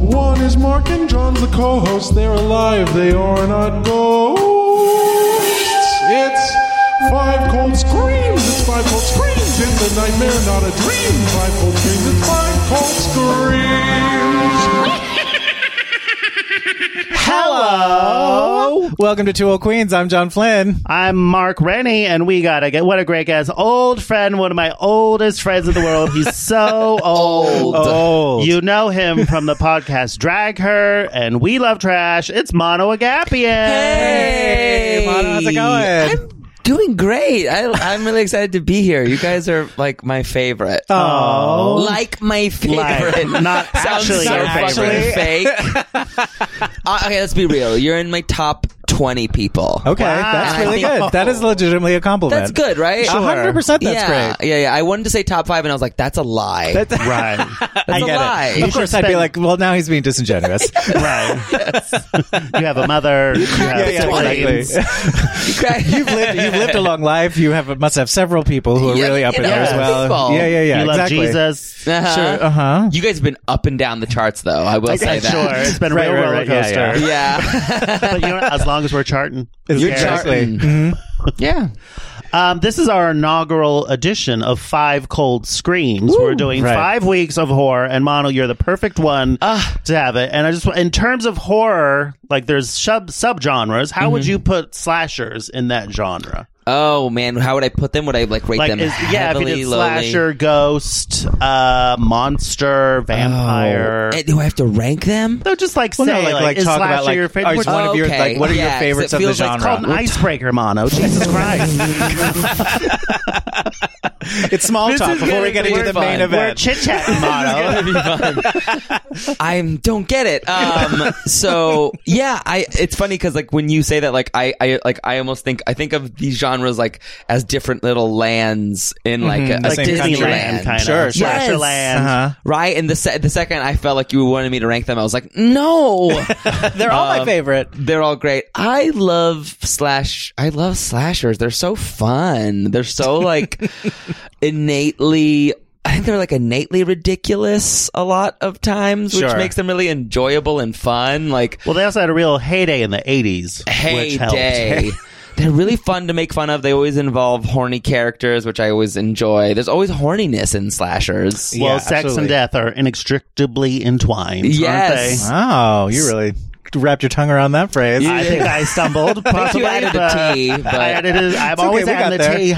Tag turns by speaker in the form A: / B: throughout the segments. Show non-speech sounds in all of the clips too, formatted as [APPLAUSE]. A: One is Mark and John's the co-host. They're alive. They are not ghosts. It's five cold screams. It's five cold screams. It's a nightmare, not a dream. Five cold screams. It's five cold screams.
B: Hello.
C: Welcome to Two Old Queens. I'm John Flynn.
B: I'm Mark Rennie, and we got to get what a great guest, old friend, one of my oldest friends in the world. He's
D: [LAUGHS]
B: so old.
D: oh.
C: Old.
B: You know him from the podcast Drag Her and We Love Trash. It's Mono Agapian.
C: Hey, Mono, how's it going?
D: I'm doing great. I, I'm really excited to be here. You guys are like my favorite.
B: Um,
C: Oh,
D: Like my favorite.
B: Like, not
D: Sounds
B: actually
D: so
B: your
D: fucking
B: favorite.
D: [LAUGHS] fake. Uh, okay, let's be real. You're in my top 20 people.
C: okay.
B: Wow.
C: That's
D: And I
C: really
D: think-
C: good. [LAUGHS] That is legitimately a compliment.
D: That's good, right? Uh-huh.
C: A hundred percent. That's
D: yeah,
C: great.
D: Yeah, yeah. I wanted to say top five, and I was like, that's a lie. [LAUGHS]
C: That's,
B: Right.
C: [LAUGHS] I
D: a
C: get
D: lie.
C: it.
D: You
C: Of
B: should
C: course, I'd be
B: spend-
C: like, well, now he's being [LAUGHS] disingenuous.
B: Right. you have a mother.
D: [LAUGHS]
B: You have
C: yeah, yeah,
B: siblings.
C: exactly.
D: Okay.
C: you've lived, you've lived a long life. You have must have several people who are
D: Yeah,
C: really up in
D: you know,
C: there as well.
D: people.
C: Yeah, yeah, yeah.
B: You love
C: exactly.
B: Jesus.
D: Uh-huh.
C: Sure. Uh huh.
D: You guys have been up and down the charts, though. I will say that.
B: Sure, it's been a
C: Right,
B: real
C: right,
B: roller
C: right. Yeah,
B: coaster.
C: yeah.
B: [LAUGHS]
D: Yeah.
B: But you know, as long as we're charting,
D: You're
C: Exactly.
D: charting.
B: Mm-hmm.
D: yeah.
B: Um, this is our inaugural edition of Five Cold Screams. We're doing
C: Right.
B: five weeks of horror, and Mono, you're the perfect one
C: Ah.
B: to have it. And I just, in terms of horror, like there's sub subgenres. How
C: Mm-hmm.
B: would you put slashers in that genre?
D: Oh man, how would I put them? Would I like rate
B: Like,
D: them
B: is, yeah, if you
D: heavily,
B: did
D: lowly?
B: slasher, ghost, uh, monster, vampire.
D: Eh, do I have to rank them?
B: They're just like
C: Oh, Well, no, like,
B: say, like,
C: like
B: is
C: talk
B: slasher
C: about like,
B: your
C: or
B: favorite?
C: is one of your
D: Okay,
C: like, what are your
D: yeah, 'cause
C: favorites
D: it
C: of the
D: feels like
C: genre?
B: called an
C: [LAUGHS]
B: icebreaker, Mono. Jesus Christ.
C: it's small
D: This
C: talk
D: is
C: before we get
D: gonna
C: into
D: be
C: the
D: fun.
C: main
D: We're
B: We're
C: event.
B: chit
C: [LAUGHS]
B: chatting, Mono.
D: I don't get it. Um, so yeah, I it's funny because like when you say that, like I, I like I almost think I think of these genres like as different little lands in like a,
C: the
D: a
C: same country.
D: Disneyland,
B: Disneyland kind
C: Sure,
B: of slasher
D: yes.
B: land.
C: Uh-huh.
D: right? And the se- the second I felt like you wanted me to rank them, I was like, no,
C: They're all my favorite.
D: they're all great. I love slash. I love slashers. They're so fun.
C: [LAUGHS]
D: They're so like innately. I think they're like innately ridiculous a lot of times, which
C: Sure.
D: makes them really enjoyable and fun. Like
B: Well, they also had a real heyday in the '80s, which
C: [LAUGHS]
B: helped.
D: heyday. They're really fun to make fun of. They always involve horny characters, which I always enjoy. There's always horniness in slashers.
B: Well,
C: Yeah,
B: sex
C: absolutely.
B: and death are inextricably entwined.
D: Yes.
B: aren't
C: Wow, you really wrapped your tongue around that phrase. [LAUGHS]
B: I think I stumbled. Possibly,
D: added a
B: but
D: T, but-
B: I added. A, I'm
C: okay,
B: always
C: we got
B: adding the
C: there.
B: T,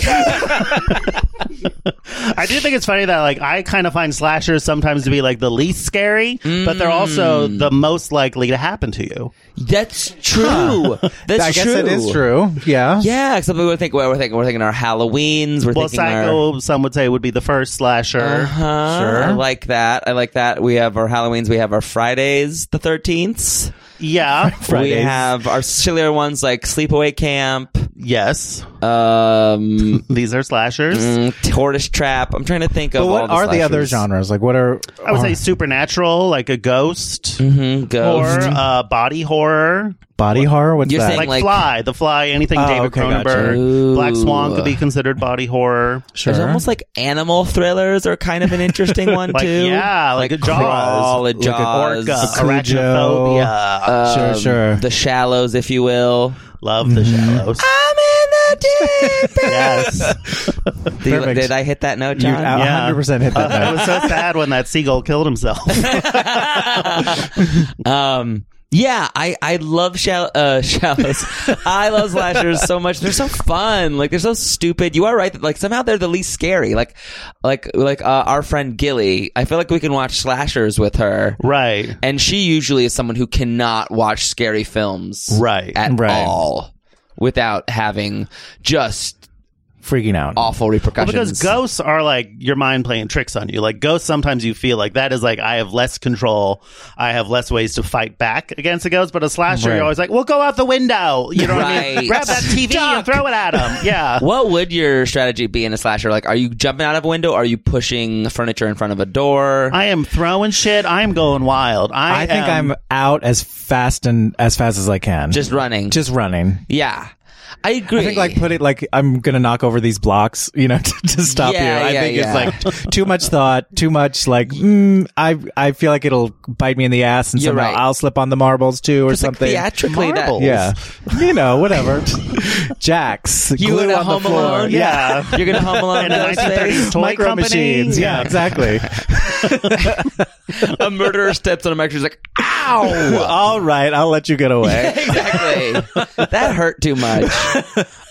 C: [LAUGHS]
B: hunty. I do think it's funny that like I kind of find slashers sometimes to be like the least scary, but they're also
D: Mm.
B: the most likely to happen to you.
D: That's true. That's
C: I guess
D: true.
C: it is true. Yeah.
D: Yeah, except we we're thinking we're thinking we're thinking our Halloweens. We're
B: Well,
D: thinking our-
B: Psycho, some would say, would be the first slasher.
D: Uh-huh.
C: Sure.
D: I like that. I like that. We have our Halloweens. We have our Fridays, the 13th. [LAUGHS]
B: Yeah.
D: We have our chillier ones like Sleepaway Camp,
B: Yes.
C: [LAUGHS]
D: um,
B: These are slashers.
D: mm, Tortoise Trap. I'm trying to think
C: But
D: of all
C: what
D: the
C: are the other
D: slashers.
C: genres? Like, what are?
B: I would say supernatural, like a ghost,
D: Mhm,
B: horror,
D: Ghost.
B: uh, body horror,
C: body horror. What's
D: You're
C: that?
D: saying
B: like,
D: like-
B: Fly, The Fly, anything
C: Oh,
B: David
C: okay,
B: Cronenberg,
C: gotcha.
D: Ooh.
B: Black Swan could be considered body horror.
C: sure.
D: There's almost like animal thrillers are kind of
C: [LAUGHS]
D: an interesting one
B: Like,
D: too.
B: yeah, like a Jaws.
D: Crawl, a
B: Like
C: a
D: Jaws,
B: Orca,
C: Cujo.
B: arachnophobia.
D: um,
C: sure, sure.
D: The Shallows, if you will.
B: Love the shallows.
D: I'm in the deep. end.
B: yes.
D: Did you-
C: Perfect.
D: Did I hit that note,
C: you
D: John?
C: out-
B: Yeah. Uh,
C: 100% hit that.
B: I was
C: note.
B: so sad when that seagull killed himself.
D: um yeah, I, I love shall, uh, [LAUGHS] shallows. I love slashers so much. They're so fun. Like they're so stupid. You are right. That, like somehow they're the least scary. Like, like, like uh, our friend Gilly. I feel like we can watch slashers with her,
B: right.
D: and she usually is someone who cannot watch scary films,
B: Right.
D: at
C: Right.
D: all, without having just
C: freaking out.
D: awful
B: Well,
D: repercussions.
B: because ghosts are like your mind playing tricks on you. Like ghosts, sometimes you feel like that is like I have less control. I have less ways to fight back against a ghost. But a slasher,
C: Right.
B: you're always like, "Well, go out the window." You know what I mean?
D: Right.
B: Grab that TV and throw it at him. Yeah.
D: What would your strategy be in a slasher? Like, are you jumping out of a window? Are you pushing furniture in front of a door?
B: I am throwing shit. I am going wild. I,
C: I think
B: am-
C: I'm out as fast and as fast as I can.
D: just running.
C: just running.
D: yeah, I agree.
C: I think like put it like I'm gonna knock over these blocks, you know, [LAUGHS] to, to stop
D: Yeah,
C: you. I
D: yeah,
C: think
D: yeah.
C: it's like too much thought, too much like mm, I I feel like it'll bite me in the ass, and
D: You're
C: somehow
D: right.
C: I'll slip on the marbles too or
D: It's, like,
C: something.
D: theatrically that-
B: Marbles.
C: yeah, you know,
D: [LAUGHS]
C: whatever. Jacks,
D: you
C: glue
D: in a
C: on the
D: Home
C: floor.
D: Alone.
C: Yeah,
D: [LAUGHS]
B: Yeah.
D: you're gonna home alone in
B: In a
D: those days.
B: 1930s toy
C: micro
B: company.
C: machines. Yeah, exactly.
D: [LAUGHS] A murderer steps on a microphone. He's like, "Ow!"
B: [LAUGHS]
C: All right, I'll let you get away.
D: exactly. [LAUGHS] that hurt too much.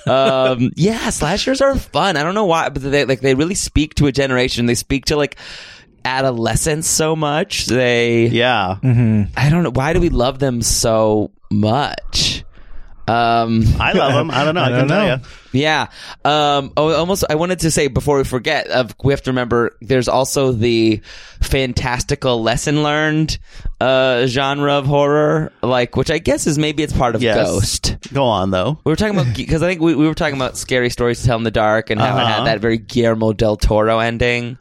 D: Um, yeah, slashers are fun. I don't know why, but they like they really speak to a generation. They speak to like adolescence so much. They
B: Yeah.
C: Mm-hmm.
D: I don't know why do we love them so much. Um,
B: I love them. I don't know.
C: [LAUGHS]
B: I,
C: I
B: can
C: don't
B: tell
C: know.
B: you.
D: yeah. Um, oh, almost. I wanted to say before we forget, of we have to remember there's also the fantastical lesson learned uh, genre of horror, like which I guess is maybe it's part of
B: Yes.
D: Ghost.
B: Go on though.
D: We were talking about because I think we, we were talking about scary stories to tell in the dark and how it
B: Uh-huh.
D: had that very Guillermo del Toro ending,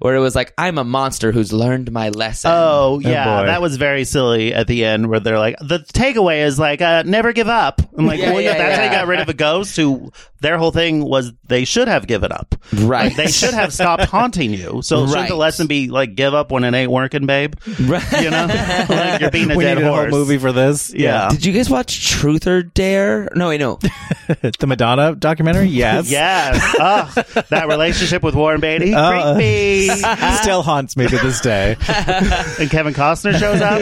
D: where it was like I'm a monster who's learned my lesson.
B: Oh yeah,
C: boy.
B: that was very silly at the end where they're like, the takeaway is like, uh, never give up. I'm like,
D: Yeah,
B: well, yeah,
D: yeah,
B: that's how
D: yeah.
B: you got rid of a ghost who their whole thing was they should have given up.
D: Right.
B: Like, they should have stopped haunting you. So shouldn't the
D: Right.
B: lesson be like, give up when it ain't working, babe?
D: [LAUGHS] Right.
B: You know,
D: [LAUGHS]
B: like you're being a
C: we
B: dead
C: needed a whole
B: horse.
C: movie for this. Yeah,
D: Did you guys watch Truth or Dare? No, wait, no.
C: [LAUGHS]
D: [LAUGHS]
C: the Madonna documentary. Yes,
B: Yes. Ugh, that relationship with Warren Beatty,
C: Uh,
B: creepy.
C: [LAUGHS] still haunts me to this
D: [LAUGHS]
C: day.
B: and Kevin Costner shows up.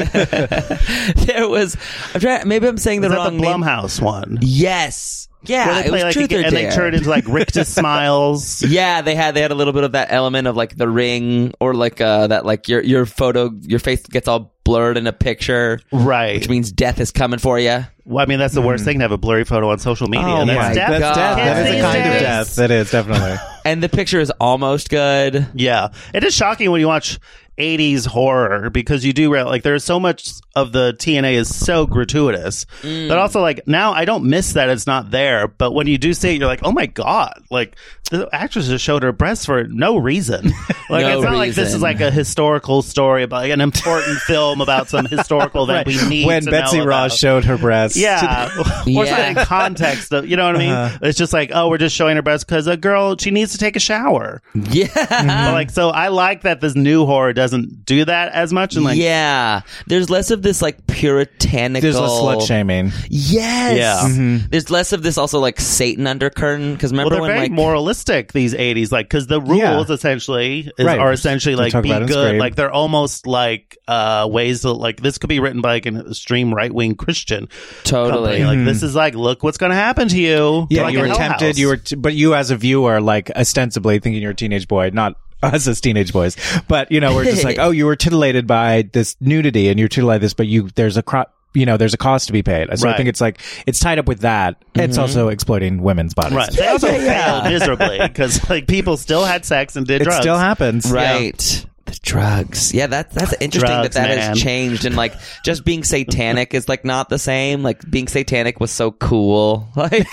B: Is
D: there was. I'm trying. Maybe I'm saying the
B: that
D: wrong
B: the
D: name.
B: Blumhouse one?
D: Yes. Yeah.
B: Where they
D: it
B: play
D: was
B: like
D: Truth
B: a,
D: or
B: and
D: Dare.
B: they turn into like
D: [LAUGHS]
B: rictus smiles.
D: yeah, they had they had a little bit of that element of like the ring or like uh that like your your photo your face gets all blurred in a picture,
B: Right.
D: which means death is coming for you.
B: Well, I mean, that's the worst
D: Hmm.
B: thing to have a blurry photo on social media.
C: Oh
B: that's
C: my
B: death.
C: That's
D: God.
C: death.
B: Kids
C: That is
B: these
C: a kind
B: days.
C: of death. That is
B: [LAUGHS]
C: definitely.
D: And the picture is almost good.
B: Yeah, it is shocking when you watch. 80s horror because you do real- like there's so much of the TNA is so gratuitous but also like now I don't miss that it's not there but when you do see it you're like oh my god like the actress just showed her breasts for no reason like
D: No
B: it's not like this is
D: reason.
B: like a historical story about like, an important film about some historical event we need
C: when
B: to
C: Betsy
B: know
C: Ross
B: about.
C: showed her breasts.
B: Yeah. [LAUGHS] or
D: Yeah.
B: something in context. Of, you know what I mean? It's just like, oh, we're just showing her breasts because a girl, she needs to take a shower.
D: Yeah.
C: Um,
B: But, like, so I like that this new horror doesn't do that as much. And like,
D: yeah. There's less of this like puritanical.
C: There's less slut shaming.
D: Yes.
B: Yeah. Mm-hmm.
D: There's less of this also like Satan undercurtain because
B: well,
D: remember
B: they're
D: when
B: very
D: like
B: moralistic, these 80s, like, because the rules
C: Yeah.
B: essentially is,
C: Right.
B: are essentially
C: We
B: like,
C: talk
B: be
C: about it in
B: good.
C: Scream.
B: Like, they're almost like uh, way ways that like this could be written by like an extreme right wing Christian.
D: Totally.
B: company. Like this is like, look what's going to happen to you.
C: Mm-hmm. Yeah,
B: Like
C: you
B: a
C: were
B: hell
C: tempted.
B: house.
C: You were, t- but you as a viewer, like ostensibly thinking you're a teenage boy, not us as teenage boys. But you know, we're just
B: [LAUGHS]
C: like, oh, you were titillated by this nudity, and you're titillated this, but you there's a crop. You know, there's a cost to be paid. So I
B: Right. Mm-hmm.
C: think it's like it's tied up with that. It's also exploiting women's bodies. [LAUGHS]
B: Right. They also failed [LAUGHS] miserably because like people still had sex and did
C: It
B: drugs.
C: still happens.
D: Right. The drugs. Yeah, that, that's interesting
B: Drugs,
D: that that
B: man.
D: has changed. And like just being satanic is like not the same. Like being satanic was so cool. [LAUGHS] Like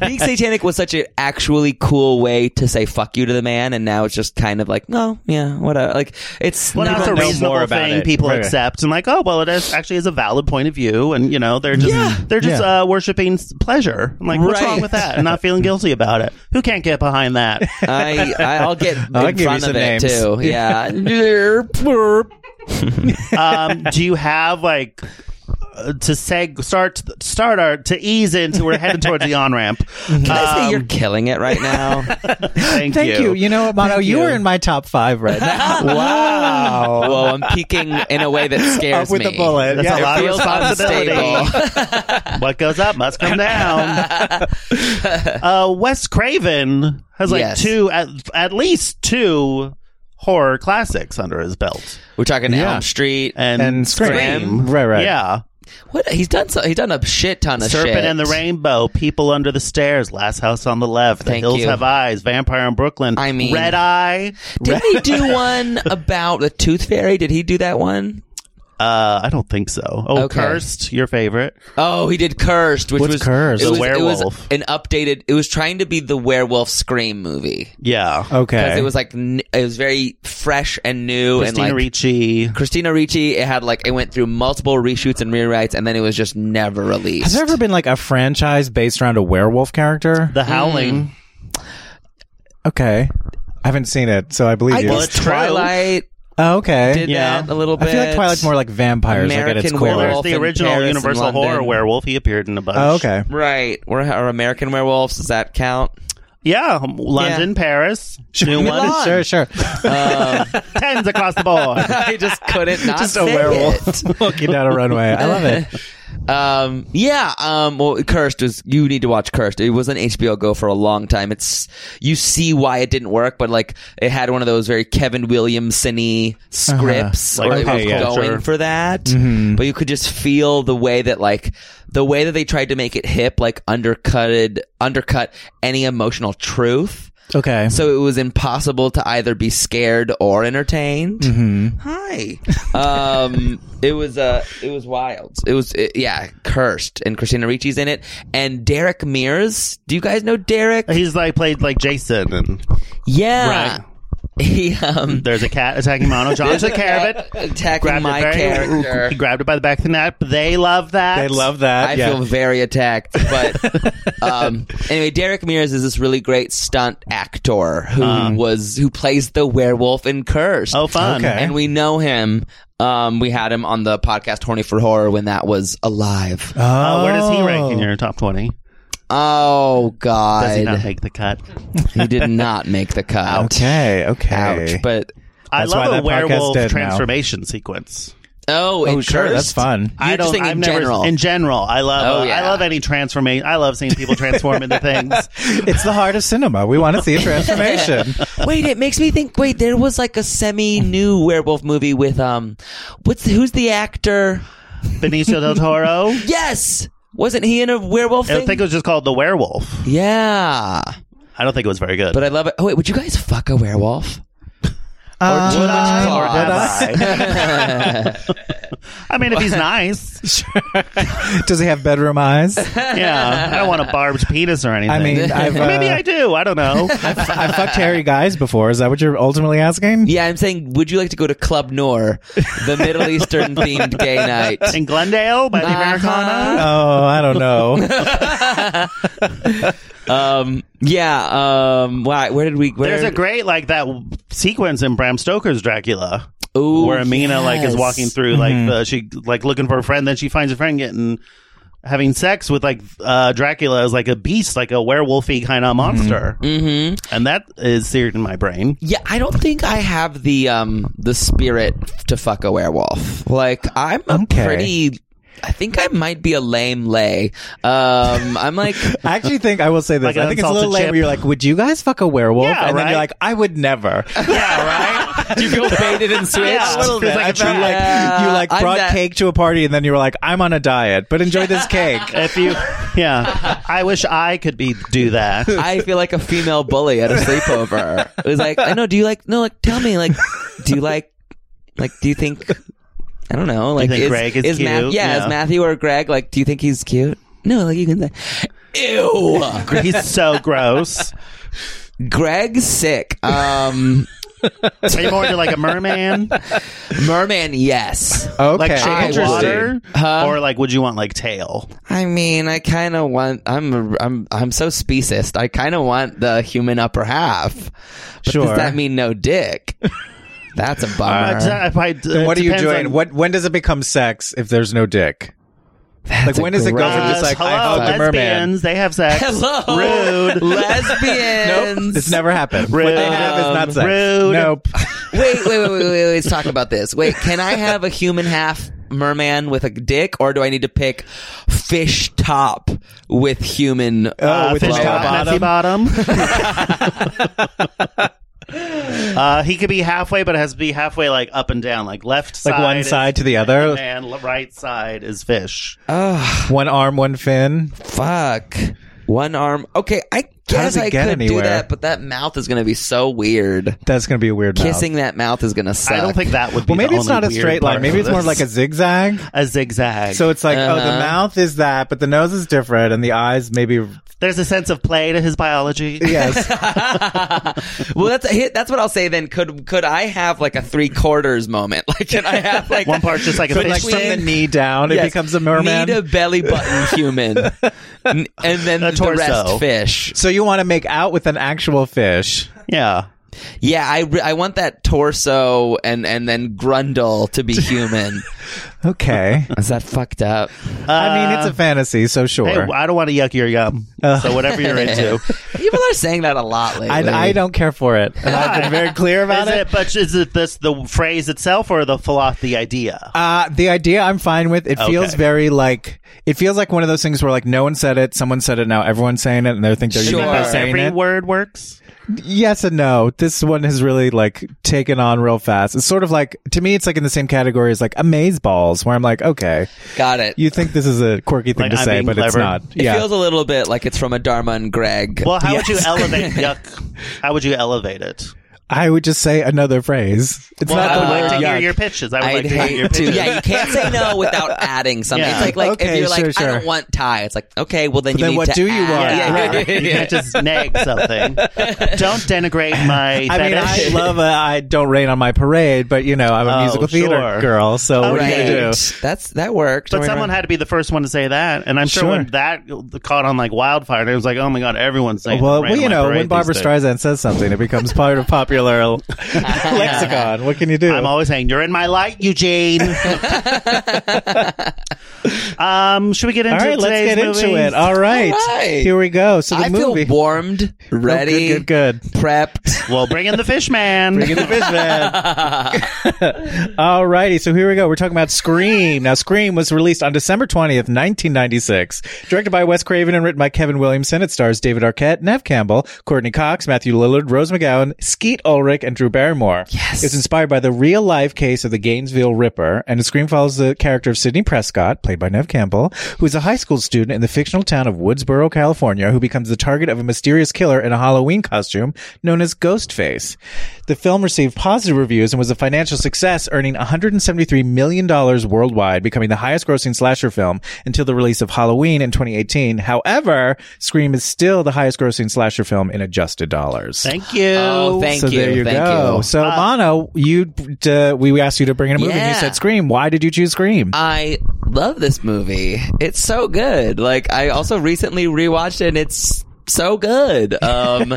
D: being satanic was such an actually cool way to say fuck you to the man. And now it's just kind of like, no, yeah, whatever. Like it's
B: Well, that's
D: not-
B: a
C: know more
B: reasonable
C: about
B: thing
C: it.
B: people
C: Right.
B: accept and like, oh, well, it is, actually is a valid point of view, and you know, they're just [LAUGHS] they're just
C: Yeah.
B: uh, worshiping s- pleasure. I'm like, what's
D: Right.
B: wrong with that? And not feeling guilty about it. Who can't get behind that?
D: I, I
B: [LAUGHS]
D: I'll get in
C: I'll
D: front
C: give you
D: of
C: some
D: it
C: names.
D: too. Yeah. Derp.
B: um, do you have like uh, to seg start start our to ease into? We're headed towards the on ramp.
D: Can I say you're
B: Um,
D: killing it right now?
B: [LAUGHS] Thank,
C: Thank you.
B: you.
C: You, know, Mono, you. were in my top five right
B: [LAUGHS]
C: now. wow.
D: Whoa, I'm peeking in a way that scares
C: Up with
D: me.
C: a bullet.
B: That's
C: Yeah.
B: a lot of
D: feels
B: responsibility. what goes up must come down. uh, Wes Craven has like
D: Yes.
B: two, at, at least two horror classics under his belt,
D: We're talking
C: Yeah.
D: Elm Street
B: and,
C: And Scream. Right, right.
B: yeah.
D: What he's done? So, he's done a shit ton of
B: Serpent
D: shit.
B: and the Rainbow, People Under the Stairs, Last House on the Left, The
D: Thank
B: Hills
D: you.
B: Have Eyes, Vampire in Brooklyn,
D: I mean-
B: Red Eye.
D: Didn't he do [LAUGHS] one about the Tooth Fairy? Did he do that one?
B: Uh, I don't think so. Oh,
D: Okay.
B: Cursed, your favorite.
D: Oh, he did Cursed, which
C: What's
D: was
C: Cursed?
D: It
C: The
D: was, it was
B: werewolf.
D: an updated. It was trying to be the werewolf Scream movie
B: Yeah,
D: Oh,
C: Okay.
D: because it was like n- it was very fresh and new
B: Christina
D: and like.
B: Ricci.
D: Christina Ricci, it had like it went through multiple reshoots and rewrites, and then it was just never released.
C: Has there ever been like a franchise based around a werewolf character?
D: Hmm.
B: The Howling.
C: okay. I haven't seen it, so I believe
D: I
C: you.
D: guess
B: true.
D: Twilight
C: oh, okay.
D: did
B: Yeah.
D: that a little
C: I
D: bit.
C: feel like Twilight's more like vampires, like at its
D: American
C: core.
B: Well, there's
D: Werewolf
B: the
D: in
B: original
D: Paris and
B: Universal
D: London.
B: Horror Werewolf. He appeared in a bunch.
C: Oh, okay.
D: right. Or, or American Werewolves. Does that count? [LAUGHS]
B: Yeah, um, London, Paris, new one,
D: Milan.
C: [LAUGHS] Sure, sure.
B: tens across the
C: [LAUGHS]
B: board.
D: I just couldn't not
C: Just a
D: say it.
C: werewolf walking down a runway. I love
D: [LAUGHS]
C: it.
D: Um, yeah. Um, well, Cursed was. You need to watch Cursed. It was on HBO Go for a long time. It's you see why it didn't work, but like it had one of those very Kevin Williamson-y scripts,
B: Uh-huh. Like
D: or it
B: pop
D: was
B: culture. Mm-hmm.
D: going for that. But you could just feel the way that like the way that they tried to make it hip, like undercutted, undercut any emotional truth.
C: Okay.
D: So it was impossible to either be scared or entertained.
B: Mm-hmm.
D: Hi. Um, it was uh, it was wild. It was it, yeah, cursed. And Christina Ricci's in it, and Derek Mears. Do you guys know Derek?
B: He's like played like Jason, and
D: yeah. He um.
B: there's a cat attacking Mono. John's a
D: cat
B: carrot.
D: [LAUGHS] attacking my character.
B: He [LAUGHS] grabbed it by the back of the neck. But they love that.
C: I love that.
D: I
C: yeah.
D: feel very
B: [LAUGHS]
D: attacked. But um, anyway, Derek Mears is this really great stunt actor who was who plays the werewolf in Cursed.
B: Uh-huh. Oh, fun.
C: Okay.
D: and we know him. Um, we had him on the podcast Horny for Horror when that was alive.
C: oh,
B: Uh, where does he rank in your top twenty?
D: oh
B: Does he not
D: God,
B: make the cut?
D: he did not make the cut.
C: Okay, okay.
D: ouch. But
B: I
C: That's why
B: love a
C: that podcast
B: werewolf
C: dead now.
B: transformation sequence.
C: Oh,
D: oh, in
C: sure. That's
D: Cursed?
C: fun.
D: You're
B: I
D: just
B: don't.
D: thinking
B: I've
D: in
B: never.
D: general.
B: In general, I love.
D: Oh,
B: uh,
D: yeah.
B: I love any transformation. I love seeing people transform into things.
C: [LAUGHS] It's the heart of cinema. We want to
D: [LAUGHS]
C: see a transformation.
D: wait, it makes me think. Wait, there was like a semi-new werewolf movie with um, what's who's the actor?
B: Benicio del Toro.
D: Yes, wasn't he in a werewolf
B: I
D: thing?
B: think it was just called the werewolf.
D: yeah,
B: I don't think it was very good.
D: but I love it. Oh wait, would you guys fuck a werewolf?
C: Uh,
D: too much
B: Or
D: Would
B: have I? I mean, if
D: [LAUGHS]
B: he's nice,
C: [LAUGHS] Does he have bedroom eyes?
B: yeah. I don't want a barbed penis or anything.
C: I mean, I've, uh,
B: maybe I do. I
C: [LAUGHS]
B: don't know.
C: I fucked hairy guys before. Is that what you're ultimately asking?
D: Yeah, I'm saying, would you like to go to Club Nor, the
B: [LAUGHS]
D: Middle Eastern themed gay night?
B: In Glendale by the
D: Uh-huh.
B: Americana.
C: Oh, I don't know.
D: Um, yeah. Um, why? Where did we? Where,
B: There's a great like that w- sequence in Bram Stoker's Dracula.
D: Ooh,
B: where Amina like is
D: yes.
C: Mm-hmm.
B: walking through like the she like looking for a friend, then she finds a friend getting having sex with like uh, Dracula as like a beast, like a werewolfy kind of monster,
D: Mm-hmm.
B: and that is seared in my brain.
D: Yeah, I don't think I have the um the spirit to fuck a werewolf. Like I'm a
C: Okay.
D: pretty. I think I might be a lame lay. Um, I'm like
C: I actually think I will say this.
B: Like an
C: I think it's a
B: unsalted
C: little late
B: chip.
C: where you're like, would you guys fuck a werewolf? and
B: Yeah,
C: then
B: right?
C: you're like, I would
B: [LAUGHS]
C: never.
B: [LAUGHS] Yeah, right.
C: [LAUGHS]
D: you feel baited and switched.
B: Yeah, a little bit.
C: I felt
B: Yeah.
C: like you like
D: I'm
C: brought
D: that-
C: cake to a party and then you were like, I'm on a diet, but enjoy
B: [LAUGHS]
C: this cake.
B: if you, yeah, I wish I could be
C: [LAUGHS]
B: do that.
D: I feel like a female bully at a sleepover. It was like, I know. Do you like? No, like, tell me. Like, do you like? Like, do you think? I don't know. Like,
B: think
D: is,
B: Greg is
D: Math-
B: cute?
D: yeah,
B: Yeah.
D: is Matthew or Greg? Like, do you think he's cute? No, like you can say, ew,
B: He's so gross.
D: Greg's sick. Um,
B: Are you more into like a merman,
D: merman, yes.
C: Okay.
B: like shake
D: Interesting.
B: water,
D: Huh?
B: or like would you want like tail?
D: I mean, I kind of want. I'm a, I'm I'm so speciest. I kind of want the human upper half. But
C: Sure.
D: Does that mean no dick? That's a bummer.
B: Uh, if I- it
C: Then what are you
B: depends
C: doing?
B: on-
C: what when does it become sex if there's no dick? like
D: a
C: when does it go
D: great-
C: from just like
B: hello,
C: I fucked a merman?
B: lesbians. They have sex.
D: Hello,
B: Rude.
D: lesbians.
C: Nope, it's never happened.
B: Rude.
C: What they have is not sex.
B: Rude.
C: Nope.
D: wait, wait, wait, wait, wait. Let's talk about this. Wait, can I have a human half merman with a dick, or do I need to pick fish top with human?
B: Uh,
C: with
B: fish
C: lower
B: top, messy bottom. uh, he could be halfway, but it has to be halfway, like up and down, like left side.
C: Like one
B: is
C: side to the other?
B: and le- right side is fish.
D: oh
C: One arm, one fin.
D: fuck. One arm. Okay, I guess
C: does it
D: I could
C: get
D: do
C: anywhere?
D: that, but that mouth is going to be so weird.
C: That's gonna be a weird. mouth.
D: Kissing that mouth is going to suck.
B: I don't think that would be.
C: Well, maybe
B: the
C: it's
B: only
C: not a
B: weird
C: straight line.
B: part
C: Maybe
B: of
C: it's more
B: this.
C: like a zigzag.
B: a zigzag.
C: So
B: So
C: it's like, oh, the
D: Uh-huh.
C: mouth is that, but the nose is different, and the eyes
B: [LAUGHS]
C: maybe.
B: there's a sense of play to his biology.
C: Yes.
D: [LAUGHS] well, that's a hit. That's what I'll say. Then could could I have like a three quarters moment? [LAUGHS] Like, can I have like
B: One part's just like a
C: But
B: fish.
C: like from the
D: Twin.
C: knee down, it
D: Yes.
C: becomes a merman.
D: Need a belly button human, N- and
C: [LAUGHS]
D: then
B: A
D: the
B: torso.
D: rest fish.
C: so you want to make out with an actual fish?
B: [LAUGHS] yeah.
D: Yeah, I, re- I want that torso and and then Grundle to
C: [LAUGHS]
D: be human.
B: [LAUGHS]
C: Okay.
D: Is that fucked up?
C: I mean, it's a fantasy, so sure.
B: Hey, I don't want to yuck your yum.
C: Uh.
B: so whatever you're into.
D: Eh. [LAUGHS] People are saying that a lot lately.
C: I, I don't care for it, and I've been very clear [LAUGHS] about
B: [LAUGHS] is
C: it.
B: it, but is it this the phrase itself or the philosophy, the idea?
C: Uh, the idea I'm fine with. It feels
B: Okay.
C: very like it feels like one of those things where like no one said it, someone said it, now everyone's saying it, and they think they're
D: Sure.
C: unique by saying
B: Every
C: it.
B: word works.
C: Yes and no. This one has really like taken on real fast. It's sort of like to me, it's like in the same category as like amaze balls, where I'm like, okay,
D: Got it.
C: you think this is a quirky thing
B: Like,
C: to
B: I'm
C: say,
B: being
C: but it's
B: clever.
C: not.
D: it
C: yeah.
D: feels a little bit like it's from a Dharma and Greg.
B: Well, how would you
C: [LAUGHS]
D: Yes.
B: elevate yuck? How would you elevate it?
C: I would just say another phrase. It's
B: Well, I
C: not
B: would
C: the
B: like
C: word
B: to hear
C: yuck.
B: your pitches. I would
D: I'd
B: like to hear your
D: hate
C: [LAUGHS]
D: to.
B: pitches.
D: Yeah, you can't say no without adding something.
B: Yeah.
D: It's like like
C: Okay,
D: if you're like,
C: sure,
D: I
C: sure.
D: don't want Thai. It's like okay, well then you
C: then
D: need
C: what
D: to
C: do you
D: add-
C: want?
B: Yeah,
D: Yeah,
B: right.
D: yeah,
B: you
D: yeah.
B: can't
D: [LAUGHS]
B: just nag
C: [LAUGHS]
B: something. Don't denigrate my.
C: I mean, I
B: fetish.
C: love a, I don't rain on my parade, but you know, I'm a
B: Oh,
C: musical theater
B: sure. Oh,
C: girl, so what are you gonna
D: Right.
C: do?
D: That's that
B: [LAUGHS]
D: worked.
B: But someone had to be the first one to say that, and I'm sure,
C: Sure.
B: when that caught on like wildfire, it was like, oh my god, everyone's saying.
C: Well,
B: Rain
C: well, you
B: on My
C: know,
B: Parade
C: when Barbara
B: these days.
C: Streisand says something, it becomes part of
B: [LAUGHS]
C: popular lexicon. What can you do?
B: I'm always saying, "You're in my light,
C: [LAUGHS]
B: Eugene." um, should we get into
C: All right, let's
B: today's
C: get into
B: movies?
C: it. All right.
D: All right.
C: Here we go. So the
D: I
C: movie.
D: feel warmed,
C: Oh,
D: ready,
C: good, good, good.
D: prepped.
B: Well, bring in the fish man.
C: Bring in the fish man. [LAUGHS] All righty. So here we go. We're talking about Scream. Now, Scream was released on December 20th, 1996. Directed by Wes Craven and written by Kevin Williamson. It stars David Arquette, Nev Campbell, Courtney Cox, Matthew Lillard, Rose McGowan, Skeet Ulrich, and Drew Barrymore. Yes. It's inspired by the real life case of the Gainesville Ripper, and the Scream follows the character of Sidney Prescott, played by Nev Campbell, who is a high school student in the fictional town of Woodsboro, California, who becomes the target of a mysterious killer in a Halloween costume known as Ghostface. The film received positive reviews and was a financial success, earning $173 million worldwide, becoming the highest grossing slasher film until the release of Halloween in 2018. However, Scream is still the highest grossing slasher film in adjusted dollars.
B: Thank you.
D: Oh, thank
C: so
D: you.
C: there you
D: thank
C: go.
D: you.
C: So, Mono, you uh, we asked you to bring in a movie, and you
D: Yeah. Uh,
C: said Scream. Why did you choose Scream?
D: I love this movie. It's so good. Like I also recently rewatched it and it's so good. Um,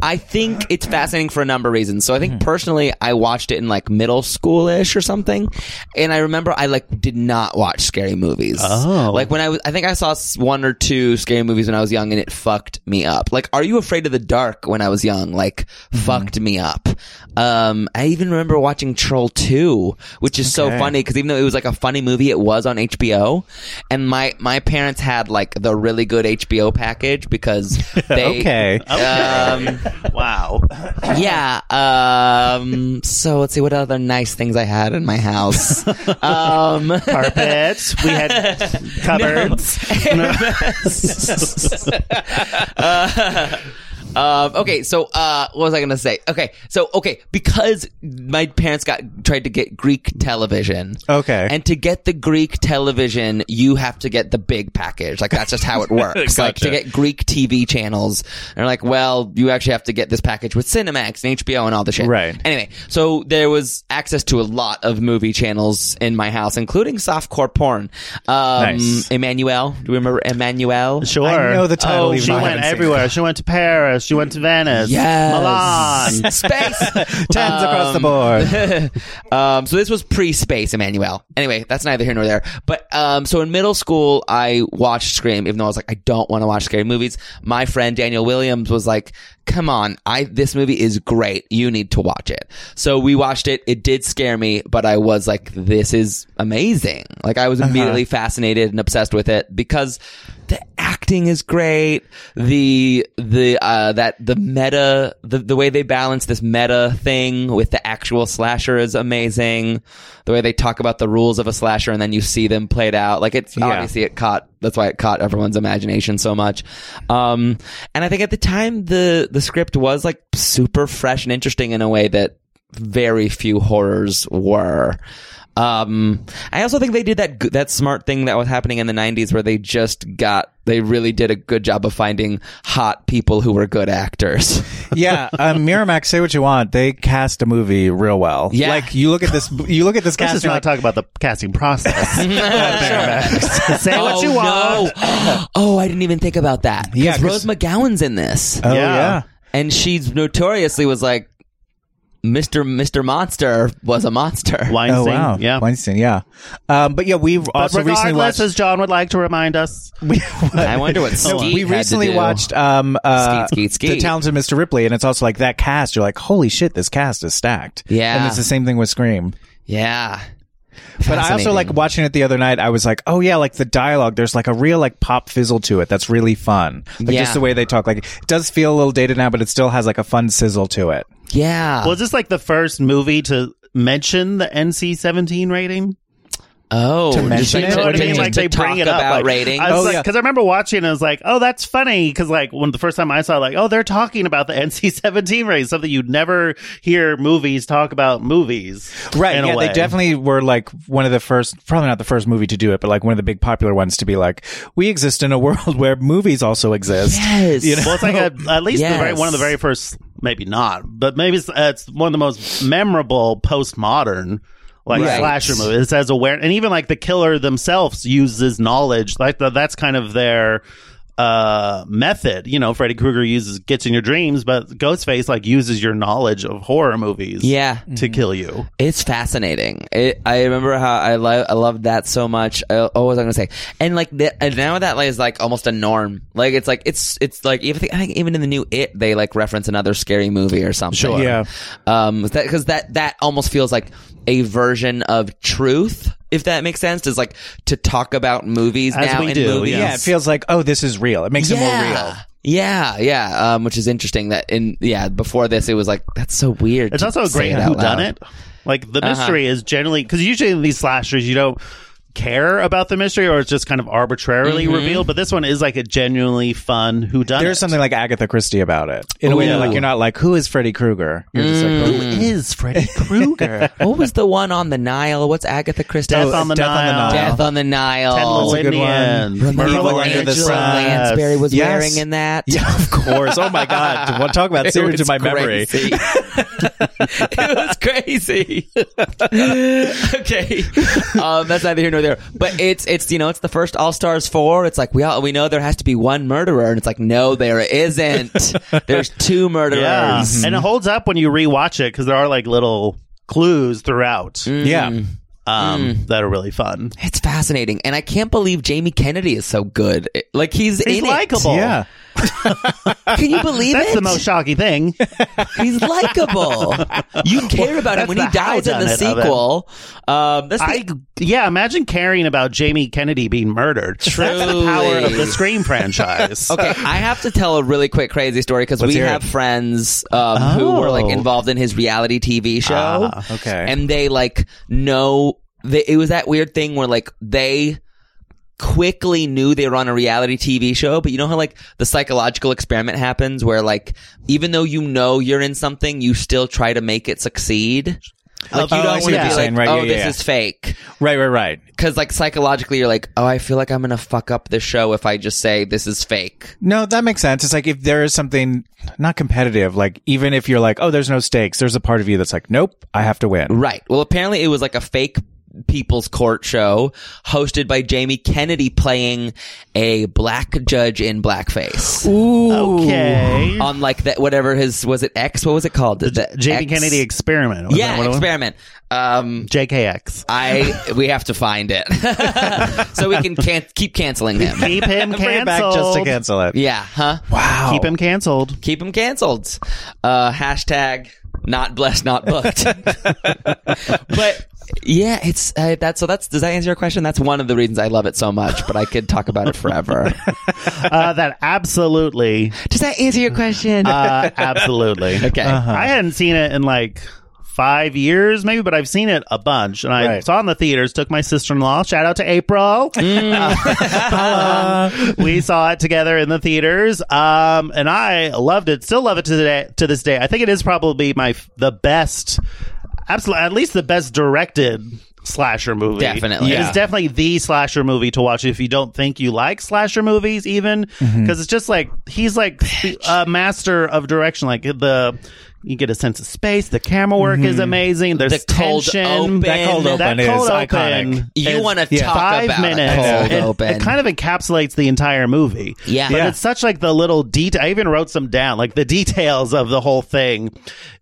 D: I think it's fascinating for a number of reasons. So I think personally, I watched it in like middle schoolish or something, and I remember I like did not watch scary movies.
B: Oh.
D: like when I was, I think I saw s- one or two scary movies when I was young, and it fucked me up. Like, Are You Afraid of the Dark? When I was young, like fucked me up. Um, I even remember watching Troll Two, which is so funny because even though it was like a funny movie, it was on HBO, and my my parents had like the really good HBO package because they
C: Okay.
D: um,
B: wow.
D: yeah. Um, so let's see what other nice things I had in my house. Um,
B: Carpet. We
D: [LAUGHS]
B: had cupboards.
D: [LAUGHS] Um, okay, so uh, what was I gonna say? Okay, so okay, because my parents got tried to get Greek television.
C: Okay.
D: and to get the Greek television, you have to get the big package. Like that's just how it works. Like to get Greek TV channels, they're like, well, you actually have to get this package with Cinemax and HBO and all the shit.
C: Right.
D: Anyway, so there was access to a lot of movie channels in my house, including softcore porn. Um,
C: Nice.
D: Emmanuel, do you remember Emmanuel?
B: [LAUGHS] Sure.
C: I know the title.
D: Oh,
C: even
B: She
C: though I
B: went
C: haven't seen
B: everywhere. She went to Paris. She went to Venice.
D: Yes.
B: Milan.
D: [LAUGHS] Space.
C: it. Tens across the board.
D: [LAUGHS] um, so this was pre-space, Emmanuel. Anyway, that's neither here nor there. But um, so in middle school, I watched Scream, even though I was like, I don't want to watch scary movies. My friend Daniel Williams was like, "Come on, I this movie is great. You need to watch it." So we watched it. It did scare me, but I was like, "This is amazing!" Like I was
C: Uh-huh.
D: immediately fascinated and obsessed with it because the acting is great. The the uh that the meta the, the way they balance this meta thing with the actual slasher is amazing. The way they talk about the rules of a slasher and then you see them played out. Like it's obviously it caught that's why it caught everyone's imagination so much. Um and I think at the time the the script was like super fresh and interesting in a way that very few horrors were. Um, I also think they did that that smart thing that was happening in the '90s, where they just got they really did a good job of finding hot people who were good
C: [LAUGHS]
D: actors.
C: yeah, um, Miramax. Say what you want. They cast a movie real well.
D: Yeah.
C: like you look at this. You look at
D: [LAUGHS]
C: this
B: Let's just
C: cast. and
B: not talk about the casting process. Miramax. Say what
D: oh,
B: you want.
D: No. [GASPS] oh, I didn't even think about that.
C: Yeah,
D: Yeah,
C: 'cause-
D: Rose McGowan's in this,
C: you're like, oh
B: Yeah.
C: yeah.
D: and she's notoriously was like, "Mr. Mr. Monster was a monster."
B: Weinstein.
C: Oh wow!
B: Yeah.
C: Weinstein. Yeah, um, but yeah, we've
B: But
C: also recently
B: regardless,
C: watched.
D: [LAUGHS]
B: as John would like to remind us,
C: we, [LAUGHS]
D: I wonder what
C: No,
D: Skeet
C: we
D: had to
C: recently
D: do.
C: watched um, uh,
D: Skeet, Skeet, Skeet.
C: the talented Mr. Ripley, and it's also like that cast. You're like, holy shit, this cast is stacked.
D: Yeah.
C: and it's the same thing with Scream.
D: Yeah,
C: But I also
D: Fascinating.
C: like watching it the other night. I was like, oh yeah, like the dialogue. There's like a real like pop fizzle to it. That's really fun. Like
D: Yeah.
C: just the way they talk. Like it does feel a little dated now, but it still has like a fun sizzle to it.
D: yeah.
B: was this like the first movie to mention the NC-17 rating?
D: oh, to
C: mention
B: You
C: it?
B: know what I
C: to-
B: mean? Like they bring it up.
D: about
B: like,
D: rating.
B: I was
C: Oh,
B: like,
C: yeah.
B: because I remember watching and I was like, oh, that's funny. Because like when the first time I saw, it, like, oh, they're talking about the [LAUGHS] NC-17 rating, something you'd never hear movies talk about movies.
C: Right.
B: in a
C: yeah,
B: way.
C: they definitely were like one of the first, probably not the first movie to do it, but like one of the big popular ones to be like, we exist in a [LAUGHS] world where movies also exist.
D: Yes.
B: Well, it's like a, at least the very,
D: Yes.
B: one of the very first, maybe not, but maybe it's, uh, it's one of the most memorable postmodern like
D: Right.
B: slasher movies. It says aware, and even like the killer themselves uses knowledge. Like the, that's kind of their uh method you know freddy krueger uses gets in your dreams but ghostface like uses your knowledge of horror movies
D: Yeah.
B: to kill you
D: It's fascinating. It, I remember how I lo- I loved that so much. I, oh, what was I gonna say? And like the, and now that like, is like almost a norm. Like it's like it's it's like even I think even in the new It they like reference another scary movie or something.
C: Sure. Yeah.
D: Um. Because that that almost feels like a version of truth, if that makes sense. Is like to talk about movies
B: As
D: now
B: we
D: in
B: do,
D: movies.
B: yes.
C: Yeah. It feels like, oh, this is real. It makes it more real.
D: Yeah, yeah, um, which is interesting. That in yeah, before this, it was like that's so weird.
B: It's
D: to
B: also a
D: say
B: great
D: it
B: who
D: out loud.
B: done it. Like the
C: Uh-huh.
B: mystery is generally because usually in these slashers you don't care about the mystery or it's just kind of arbitrarily revealed. But this one is like a genuinely fun who done.
C: Mm-hmm. There's something like Agatha Christie about it in a way that like you're not like, who is Freddy Krueger? You're just
B: Mm.
C: like, "Oh, mm. who is
B: is
C: [LAUGHS]
B: Freddy Krueger.
D: What was the one on the Nile? What's Agatha Christie?
B: Death on the
C: Death on the
B: Nile.
C: Nile.
D: Death on the
B: Ten
D: Nile.
C: good one.
B: Linneans.
C: Remember
D: Even
C: Merlin
B: under the
D: Angela
B: Sun.
D: Lansbury was
C: Yes.
D: wearing in that.
C: [LAUGHS] Yeah, of course. Oh my God. Well, talk
D: [LAUGHS]
C: about searing to my memory.
D: Crazy. [LAUGHS] it was crazy. okay, um, that's neither here nor there. But it's it's you know it's the first All Stars four. It's like we all we know there has to be one murderer, and it's like no,
B: [LAUGHS]
D: there isn't. There's two murderers.
B: Yeah,
C: Mm-hmm.
B: and it holds up when you rewatch it because there are like little clues throughout
C: yeah.
B: um,
C: Mm.
B: that are really fun.
D: It's fascinating, and I can't believe Jamie Kennedy is so good. It- Like he's
B: He's
D: in it.
B: likable.
C: Yeah.
D: Can you believe
B: That's
D: it?
B: the most shocking thing.
D: He's likable.
B: [LAUGHS]
D: You care about him
B: that's
D: when he
B: the how
D: dies in
B: done
D: the
B: it of it.
D: sequel. Um, that's the,
B: I yeah, imagine caring about Jamie Kennedy being murdered. That's the power
D: Truly.
B: of the Scream franchise.
D: [LAUGHS] Okay, I have to tell a really quick crazy story because we
C: hear it.
D: have friends um, who were like
B: Oh.
D: involved in his reality TV show.
B: Ah,
C: okay.
D: and they like know they, it was that weird thing where like they quickly knew they were on a reality TV show, but you know how like the psychological experiment happens where like even though you know you're in something, you still try to make it succeed. Like
C: Oh,
D: you
C: I
D: don't
C: see what
D: want to
C: you're
D: be like,
C: saying. Right,
D: oh,
C: yeah,
D: this
C: yeah.
D: is fake.
C: Right, right, right.
D: Cause like psychologically you're like, oh, I feel like I'm going to fuck up the show if I just say this is fake.
C: No, that makes sense. It's like if there is something not competitive, like even if you're like, oh, there's no stakes, there's a part of you that's like, nope, I have to win.
D: Right. Well, apparently it was like a fake people's court show hosted by Jamie Kennedy playing a black judge in blackface.
B: Okay.
D: on like that whatever his was it X what was it called the,
B: Jamie
D: X-
B: Kennedy experiment. Was that
D: yeah
B: what it was?
D: experiment um
B: JKX.
D: I we have to find it [LAUGHS] so we can can keep canceling [LAUGHS] him
B: Keep him
C: Bring it back
B: canceled.
C: just to cancel it.
D: yeah huh
C: Wow.
B: Keep him canceled.
D: keep him canceled uh hashtag not blessed
B: [LAUGHS]
D: not booked but yeah it's uh, that so that's does that answer your question that's one of the reasons I love it so much but I could talk about
B: [LAUGHS]
D: it forever
B: Uh, that absolutely,
D: does that answer your question
B: uh, absolutely.
D: okay
B: I hadn't seen it in like five years, maybe, but I've seen it a bunch, and I
C: Right.
B: saw it in the theaters. Took my sister in law. Shout out to April. Um, [LAUGHS] we saw it together in the theaters, um, and I loved it. Still love it to today. To this day, I think it is probably my f- the best, absolutely at least the best directed slasher movie.
D: Definitely.
B: It is
D: Yeah.
B: definitely the slasher movie to watch if you don't think you like slasher movies, even because it's just like he's like the- a master of direction. Like the you get a sense of space. The camera work is amazing. There's
D: The cold
B: tension.
D: open. That cold
B: That
C: open
B: cold
C: is
B: open
C: iconic.
D: You
B: is-
D: wanna talk
B: five
D: about a
B: minutes.
D: cold
B: It-
D: open.
B: It kind of encapsulates the entire movie.
D: Yeah.
B: but
D: Yeah.
B: it's such like the little detail. I even wrote some down. Like the details of the whole thing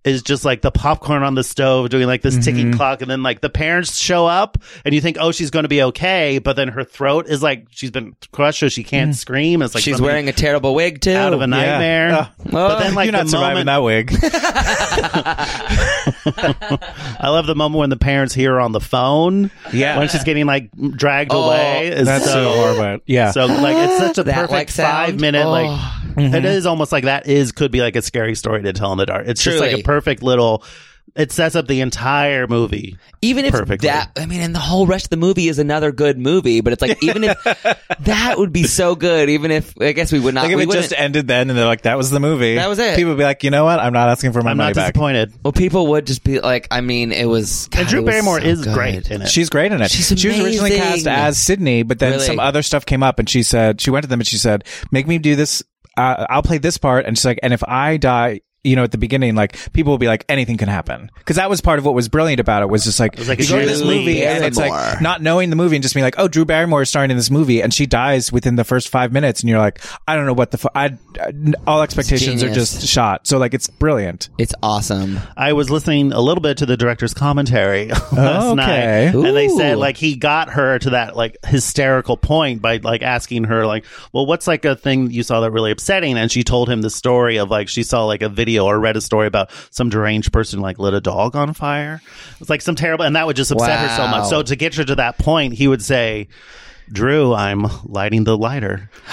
B: is just like the popcorn on the stove doing like this ticking clock, and then like the parents show up, and you think, oh, she's going to be okay, but then her throat is like she's been crushed, so she can't scream. It's like
D: she's
B: something
D: wearing a terrible wig too Oh.
B: out of a nightmare. But then like
C: You're not
B: the
C: surviving
B: moment,
C: that wig.
B: I love the moment when the parents hear her on the phone.
C: Yeah.
B: when she's getting like dragged
D: Oh,
B: away. It's
C: That's so, horrible. Yeah.
B: So like it's such a
D: That,
B: perfect
D: like, sound?
B: five minute like
D: Oh.
C: Mm-hmm.
B: it is almost like that is could be like a scary story to tell in the dark. It's just
D: Truly.
B: like a perfect little it sets up the entire movie.
D: even if
B: Perfectly.
D: that i mean and the whole rest of the movie is another good movie but it's like even
B: [LAUGHS]
D: if that would be so good even if i guess we would not
C: like if
D: we
C: it
D: wouldn't
C: just ended then and they're like, that was the movie.
D: That was it.
C: People would be like, you know what? I'm not asking for my
B: I'm
C: money
B: not
C: back.
B: disappointed.
D: well people would just be like i mean it was God,
B: And Drew
D: it was
B: Barrymore
D: so
B: is
D: good.
B: great in it.
C: She's great in it.
D: She's
C: she was originally
D: amazing.
C: cast as Sydney, but then
D: Really?
C: some other stuff came up, and she said she went to them and she said, "Make me do this. Uh, I'll play this part." And she's like, "And if I die." You know, at the beginning, like people will be like, anything can happen, because that was part of what was brilliant about it was just like,
B: like
C: you
B: a
C: go to this
B: Drew
C: movie and it's
D: Barrymore.
C: like not knowing the movie and just being like, oh, Drew Barrymore is starring in this movie and she dies within the first five minutes, and you're like, I don't know what the fu- I, I- all expectations are
D: genius.
C: just shot. So like, it's brilliant.
D: it's awesome
B: I was listening a little bit to the director's commentary [LAUGHS] last
C: okay.
B: night, and they
D: Ooh.
B: said like he got her to that like hysterical point by like asking her like, "Well, what's like a thing that you saw that really upsetting?" And she told him the story of like she saw like a video or read a story about some deranged person like lit a dog on fire. It's like some terrible, and that would just upset her so
D: Wow.
B: much. So to get her to that point, he would say, "Drew, I'm lighting
C: [GASPS]
B: the lighter." [COUGHS]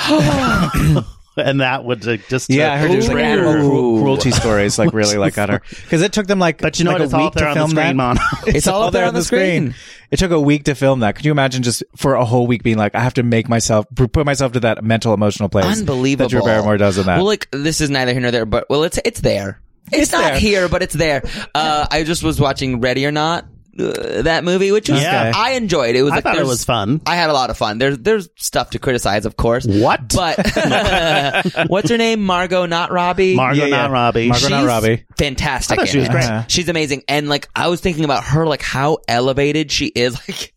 B: And that would uh, just
C: Yeah, I heard there's like
B: trigger
C: animal
B: her.
C: cru- cruelty stories like really like [LAUGHS] got her because it took them like
B: But you know
C: like
B: what?
C: a
B: It's all
C: week
B: up there
C: to
B: on the
C: film that.
B: screen,
C: [LAUGHS]
B: Mon. [LAUGHS]
D: It's all up there on the screen.
C: It took a week to film that. Could you imagine just for a whole week being like, I have to make myself put myself to that mental emotional place.
D: unbelievable
C: That Drew Barrymore does in that.
D: well like this is neither here nor there but well it's it's there it's, not
C: there.
D: here but it's there uh i just was watching ready or not uh, that movie which was
B: Yeah.
D: i enjoyed it was
B: I
D: like
B: thought it
D: there's-
B: was fun.
D: I had a lot of fun. There's there's stuff to criticize, of course.
B: What? [LAUGHS]
D: But [LAUGHS] what's her name? Margot, not Robbie.
B: Margot,
C: Yeah, yeah.
B: not Robbie.
C: Margot, not
D: She's
C: Robbie.
D: Fantastic.
B: I thought she
D: in
B: was
D: it.
B: great.
D: She's amazing. And like I was thinking about her, like how elevated she is. [LAUGHS] Like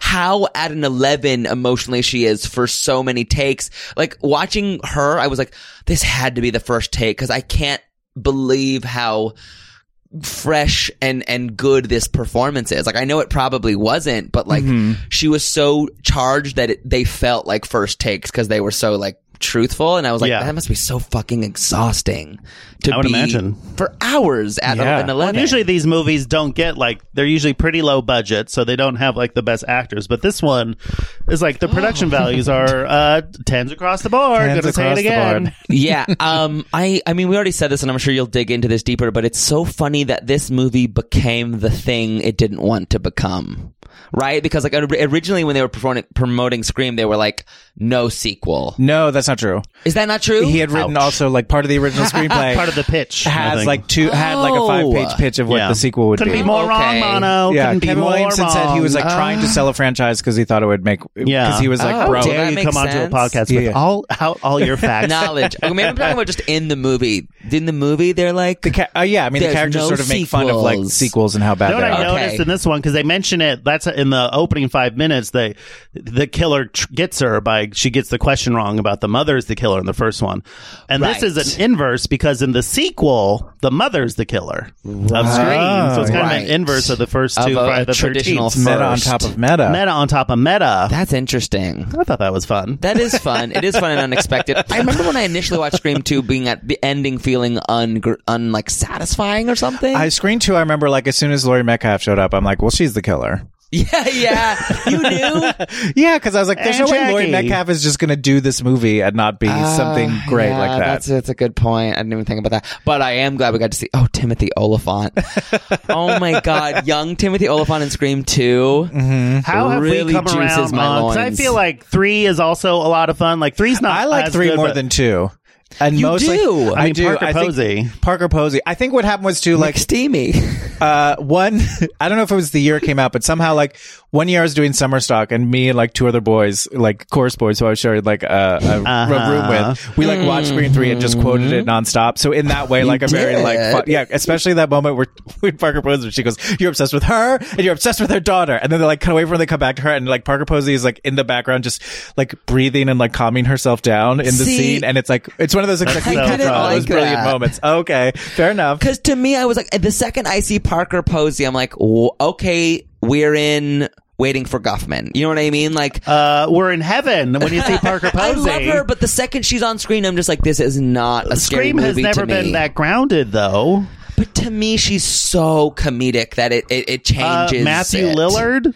D: how at an 11 emotionally she is for so many takes. Like watching her, I was like, this had to be the first take because I can't believe how fresh and and good this performance is like i know it probably wasn't but like she was so charged that it, they felt like first takes because they were so like truthful and i was like
B: Yeah.
D: that must be so fucking exhausting to
B: I would
D: be
B: imagine.
D: for hours at
C: Yeah.
D: an 11
B: Well, usually these movies don't get like they're usually pretty low budget, so they don't have like the best actors. But this one is like the production
D: Oh.
B: values are uh, tens across the board.
C: Tens
B: Gonna say it
C: across the
B: again.
C: board.
D: [LAUGHS]
B: [LAUGHS]
D: yeah. Um. I. I mean, we already said this, and I'm sure you'll dig into this deeper. But it's so funny that this movie became the thing it didn't want to become, right? Because like ori- originally, when they were performing, promoting Scream, they were like, "No sequel."
C: No, that's not true.
D: Is that not true?
C: He had written
B: Ouch.
C: also like part of the original screenplay.
B: Part of the pitch I
C: has
B: think.
C: like two had like a
D: Oh.
C: five page pitch of what
B: Yeah.
C: the sequel would
B: Couldn't be, more
D: Okay.
B: wrong, Mono.
C: Yeah,
B: Couldn't be
C: Kevin
B: more
C: Williamson
B: wrong.
C: said he was like trying to sell a franchise because he thought it would make.
B: Yeah.
C: because he was like,
D: Oh,
C: bro,
D: damn.
B: dare
D: that
B: you
D: makes
B: come onto a
D: sense.
B: podcast
C: Yeah.
B: with all out all your facts?
D: [LAUGHS] knowledge. Okay, maybe I'm talking about just in the movie. In the movie, they're like,
C: the ca- uh, yeah, I mean,
D: There's
C: the characters
D: no
C: sort of make fun of like
D: sequels.
C: sequels and how bad
B: You know
C: they
B: what
C: are.
B: I
D: Okay.
B: noticed in this one because they mention it. That's in the opening five minutes. They the killer tr- gets her by she gets the question wrong about the mother is the killer in the first one, and
D: Right.
B: this is an inverse because in the sequel the mother's the killer of Scream. So it's kind of
D: Right.
B: an inverse of the first
D: Of
B: two.
D: a-
B: Friday the
D: a traditional
B: 13th.
C: It's meta on
D: first.
C: top of meta.
B: meta on top of meta.
D: "That's interesting."
B: I thought that was fun.
D: That is fun. It is fun and unexpected. I remember when I initially watched Scream 2 being at the ending feeling un, un like satisfying or something.
C: I screen two. I remember like as soon as Laurie Metcalf showed up, I'm like, well, she's the killer.
D: [LAUGHS]
C: [LAUGHS]
D: yeah, yeah. You knew?
C: Yeah, because I was like, there's
B: And
C: no way Laurie
B: Jackie.
C: Metcalf is just going to do this movie and not be something great
D: Ah, Yeah,
C: like that.
D: That's, that's a good point. I didn't even think about that. But I am glad we got to see. Oh, Timothy
C: [LAUGHS]
D: Oliphant. oh my God, young Timothy Oliphant in Scream 2
C: Mm-hmm.
B: How have
D: really
B: we come
D: juices
B: around?
D: my
B: on- 'cause I
D: loins.
B: feel like three is also a lot of fun. Like three's not.
C: I like
B: as
C: three
B: good,
C: more
B: but-
C: than two. And
D: You
C: mostly,
D: do?
C: I,
D: I
B: mean,
C: do.
B: Parker
C: I think-
B: Posey.
C: Parker Posey. I think what happened was too, like,
D: Like steamy.
C: uh, one, [LAUGHS] I don't know if it was the year it came out, but somehow, like, one year I was doing summer stock and me and, like, two other boys, like, chorus boys who I shared, like, uh, a, a room
D: Uh-huh.
C: with, we, like, watched Screen 3 and just quoted
D: Mm-hmm.
C: it nonstop. So, in that way, like, a very, like, fun, yeah, especially that moment where, [LAUGHS] when Parker Posey, she goes, You're obsessed with her and you're obsessed with her daughter. And then they, like, cut away from her, they come back to her, and, like, Parker Posey is, like, in the background, just, like, breathing and, like, calming herself down in the
D: See-
C: scene. And it's, like, it's one of those, like,
B: That's
C: we
B: so
C: did it, all
B: fun.
C: those
D: like
C: brilliant
D: that.
C: moments. Okay. Fair enough.
D: Because to me, I was like, the second I see Parker Posey, I'm like, "W- okay, we're in waiting for Guffman. You know what I mean? Like,
B: Uh, we're in heaven when you
D: [LAUGHS]
B: see Parker
D: I
B: Posey.
D: love her, but the second she's on screen, I'm just like, this is not a scary
B: Scream has
D: movie
B: never
D: to me.
B: been that grounded, though.
D: But to me, she's so comedic that it it, it
B: Uh,
D: changes.
B: Matthew
D: it.
B: Lillard.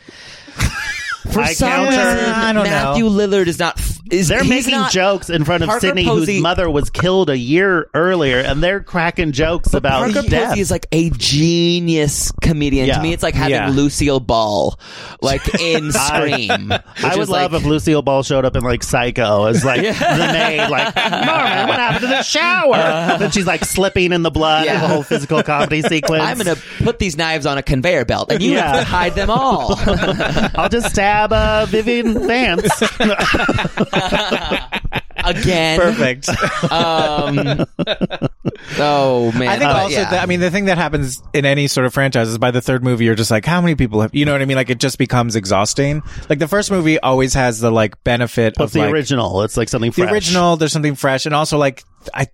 D: for
B: I
D: some
B: count
D: reason,
B: her.
C: I don't know.
D: Matthew Lillard is not. f- Is
B: They're
D: he's
B: making
D: not-
B: jokes in front of
D: Parker
B: Sydney,
D: Posey-
B: whose mother was killed a year earlier, and they're cracking jokes about
D: Parker
B: death.
D: Posey is like a genius comedian.
B: Yeah.
D: To me, it's like having
C: Yeah.
D: Lucille Ball, like
C: [LAUGHS]
D: in Scream.
B: I
D: which
B: would
D: is
B: love
D: like,
B: if Lucille Ball showed up in like Psycho
D: [LAUGHS]
B: as like the maid, like Norman, what happened to the shower? then she's like slipping in the blood.
D: Uh-huh. Yeah.
B: The whole physical comedy sequence.
D: [LAUGHS] I'm gonna put these knives on a conveyor belt, and you have
B: Yeah.
D: to hide
C: [LAUGHS]
D: them all.
B: I'll just stab uh, Vivian
D: [LAUGHS]
B: Vance.
D: again. [LAUGHS]
C: Perfect.
D: Um,
C: [LAUGHS]
D: oh man!
C: I think
D: But
C: also,
D: yeah.
C: that, I mean, the thing that happens in any sort of franchise is by the third movie, you're just like, how many people have, you know what I mean? Like, it just becomes exhausting. Like, the first movie always has the, like, benefit
B: What's
C: of,
B: the
C: like,
B: original? It's like something
C: the
B: fresh.
C: original, there's something fresh. And also, like, I,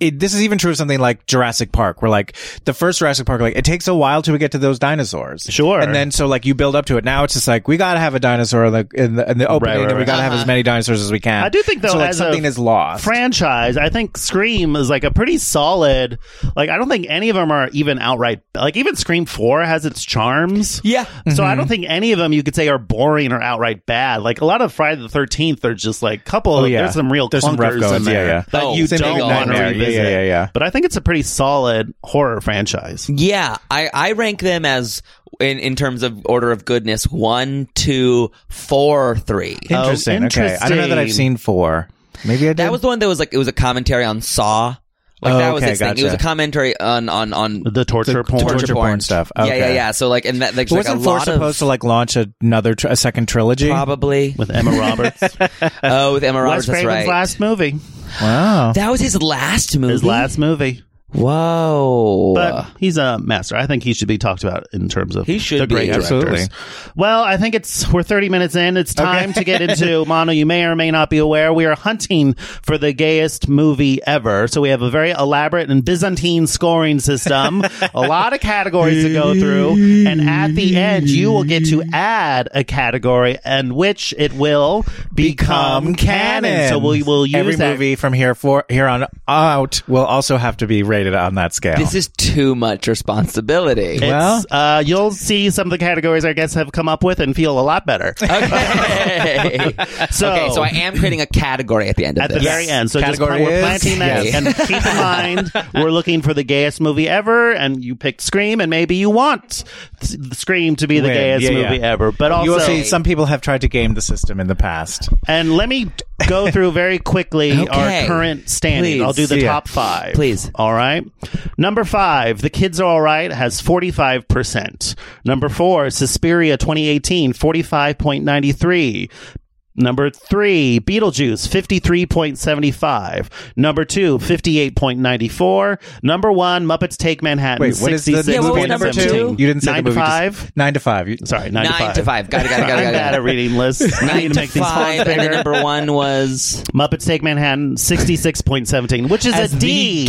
C: it, this is even true of something like Jurassic Park, where, like, the first Jurassic Park, like, it takes a while to get to those dinosaurs.
B: Sure.
C: And then, so, like, you build up to it. Now it's just like, we gotta have a dinosaur, like, in the, in the opening,
B: right,
C: and we
B: right.
C: gotta have as many dinosaurs as we can.
B: I do think though,
C: so, like,
B: as
C: something
B: a
C: is lost.
B: Franchise, I think Scream is like a pretty solid. Like I don't think any of them are even outright. Like even Scream Four has its charms.
D: Yeah.
B: So
C: Mm-hmm.
B: I don't think any of them you could say are boring or outright bad. Like a lot of Friday the Thirteenth, are just like couple.
C: Oh,
B: of-
C: yeah.
B: There's some real
C: There's some rough
B: clunkers in
C: goings,
B: there
C: yeah, yeah.
B: that
D: Oh,
B: you
D: Same
B: don't
D: Big
B: want to
D: Nightmare,
C: yeah,
B: revisit.
C: yeah, yeah.
B: But I think it's a pretty solid horror franchise.
D: Yeah, I, I rank them as in in terms of order of goodness one, two, four, three.
C: Interesting.
B: Oh,
C: Okay. I don't know that I've
B: interesting.
C: seen four. Maybe I did.
D: That was the one that was like it was a commentary on Saw. Like
C: Oh,
D: that was
C: okay,
D: its thing. It was a
C: gotcha.
D: commentary on on on
B: The torture porn.
D: torture,
C: Torture
D: porn.
C: porn stuff.
D: Yeah, yeah,
C: Okay.
D: yeah. So like and that like,
C: But
D: like a
C: wasn't four
D: lot
C: supposed
D: of
C: to like launch another tr- a second trilogy?
D: probably
B: With Emma Roberts,
D: [LAUGHS] oh with Emma Roberts.
B: Wes
D: That's
B: Craven's
D: right. Mm-hmm.
B: last movie,
C: Wow.
D: That was his last movie.
B: his last movie.
D: Whoa.
B: But he's a master. I think he should be talked about in terms of
D: He should
B: the
D: be,
B: great directors.
C: absolutely.
B: Well, I think it's we're 30 minutes in. It's time to get into Mono. You may or may not be aware we are hunting for the gayest movie ever. So we have a very elaborate and Byzantine scoring system, a lot of categories to go through, and at the end you will get to add a category and which it will become, canon. So we will use
C: every
B: that.
C: movie from here for here on out will also have to be rated on that scale.
D: this is too much responsibility.
B: [LAUGHS] It's, uh, you'll see some of the categories our guests have come up with and feel a lot better.
D: Okay.
B: So-
D: okay, so I am creating a category at the end of
B: At the
D: this.
B: very end. So just
C: Category
B: pla- we're
C: is-
B: planting that.
C: Yes.
B: And keep in mind,
C: [LAUGHS]
B: we're looking for the gayest movie ever. And you picked Scream, and maybe you want S- Scream to be the
C: Win.
B: gayest
C: Yeah, yeah.
B: movie ever. But
C: you will
B: also,
C: see some people have tried to game the system in the past.
B: and let me
D: [LAUGHS]
B: go through very quickly
D: Okay.
B: our current standing.
D: Please.
B: I'll do the
C: Yeah.
B: top five.
D: Please.
B: All right. Number five, The Kids Are All Right has 45%. Number four, Suspiria 2018, 45.93. Number three, Beetlejuice, 53.75. Number two, 58.94. Number one, Muppets Take Manhattan,
C: Wait, what is the
B: 66.17.
D: Yeah, what was number two?
C: You didn't say
B: Nine
C: the
B: to
C: movie. just-
B: five.
C: nine to five. You-
B: Sorry, nine,
D: Nine to five. Got it, got it, got it, got
B: [LAUGHS] I'm
D: it, got
B: bad
D: it.
B: at reading lists. I
D: [LAUGHS] Nine
B: need to
D: to
B: make these
D: five,
B: fonts
D: and the
B: bigger.
D: number one was
B: Muppets Take Manhattan, 66.17, which is
D: as
B: a D.
D: the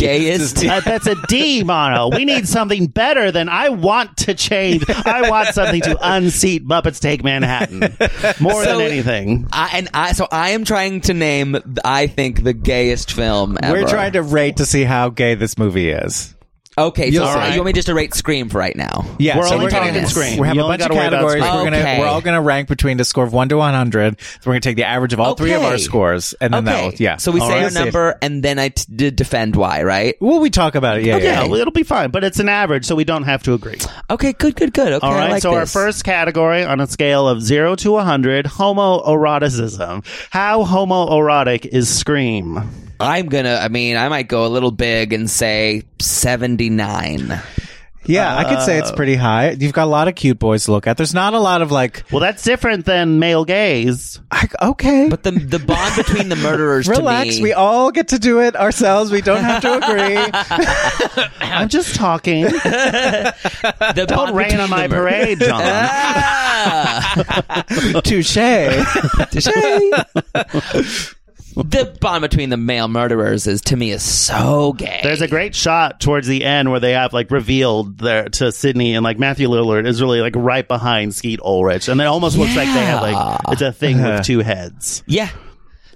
B: [LAUGHS]
D: gayest.
B: Uh, that's a D, Mono. We need something better than I want to change. I want something to unseat Muppets Take Manhattan more
D: So-
B: than anything.
D: I, and I, so I am trying to name, I think, the gayest film ever.
C: We're trying to rate to see how gay this movie is.
D: Okay, so,
C: All
D: so
C: right.
D: you want me just to rate Scream for right now?
C: Yeah,
B: We're
C: so
B: only
C: we're gonna-
B: talking Scream.
C: We have
B: You
C: a
B: only
C: bunch of
B: gotta worry
C: categories.
B: about
D: Scream.
C: We're gonna
D: Okay.
C: we're all gonna rank between a score of one to one hundred. So we're gonna take the average of all three of our
D: Okay.
C: scores, and then
D: okay.
C: that will yeah.
D: So we
C: All
D: say
C: right.
D: our number, and then I t- d- defend why, right?
C: Well, we talk about it. Yeah, yeah.
B: Yeah, well, it'll be fine, but it's an average, so we don't have to agree.
D: Okay, good, good, good. Okay,
B: All
D: I
B: right,
D: like
B: so our
D: this.
B: first category on a scale of 0 to 100, homoeroticism. How homoerotic is Scream?
D: I'm gonna. I mean, I might go a little big and say 79.
C: Yeah, I could say it's pretty high. You've got a lot of cute boys to look at. There's not a lot of like,
B: Well, that's different than male gaze.
C: I, okay,
D: But the the bond between the murderers.
C: relax.
D: To me,
C: We all get to do it ourselves. We don't have to agree.
B: I'm just
D: [LAUGHS]
B: talking.
D: the
B: Don't
D: bond
B: rain
D: between
B: on my
D: the mur-
B: parade, John.
D: Ah! [LAUGHS]
C: Touche. Touche.
D: the bond between the male murderers is to me is so gay.
B: There's a great shot towards the end where they have like revealed their, to Sydney and like Matthew Lillard is really like right behind Skeet Ulrich, and it almost looks like they have
D: Yeah.
B: like it's a thing with two heads.
D: yeah.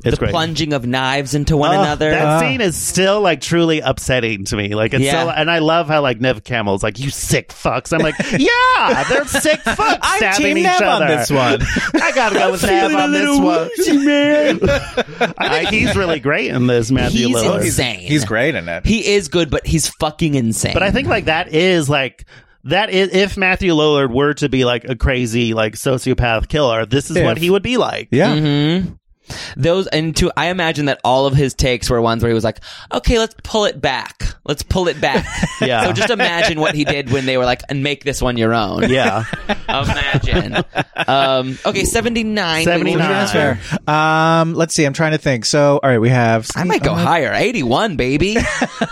B: It's
D: the
B: great.
D: plunging of knives into one
B: Ugh,
D: another.
B: That scene is still like truly upsetting to me. Like it's
D: Yeah.
B: so, and I love how like Nev Camel's like you sick fucks. I'm
C: [LAUGHS]
B: like yeah, they're sick fucks
C: I'm
B: stabbing
C: team
B: each
C: Nev on
B: other.
C: this one.
B: [LAUGHS] I gotta go with
C: [LAUGHS]
B: Nev on this one. [LAUGHS] I think he's really great in this Matthew
D: He's
B: Lillard.
D: insane.
C: He's great in it.
D: He is good, but he's fucking insane.
B: But I think like that is like that is if Matthew Lillard were to be like a crazy like sociopath killer, this is what
C: If.
B: he would be like.
C: yeah.
D: those and to I imagine that all of his takes were ones where he was like, "Okay, let's pull it back. Let's pull it back."
B: [LAUGHS] Yeah.
D: So just imagine what he did when they were like, "And make this one your own."
B: Yeah.
D: Imagine. um, okay, seventy nine.
B: 79.
C: That's fair. Um, let's see. I'm trying to think. So, all right, we have.
D: I might go
C: [LAUGHS]
D: higher. Eighty one, baby.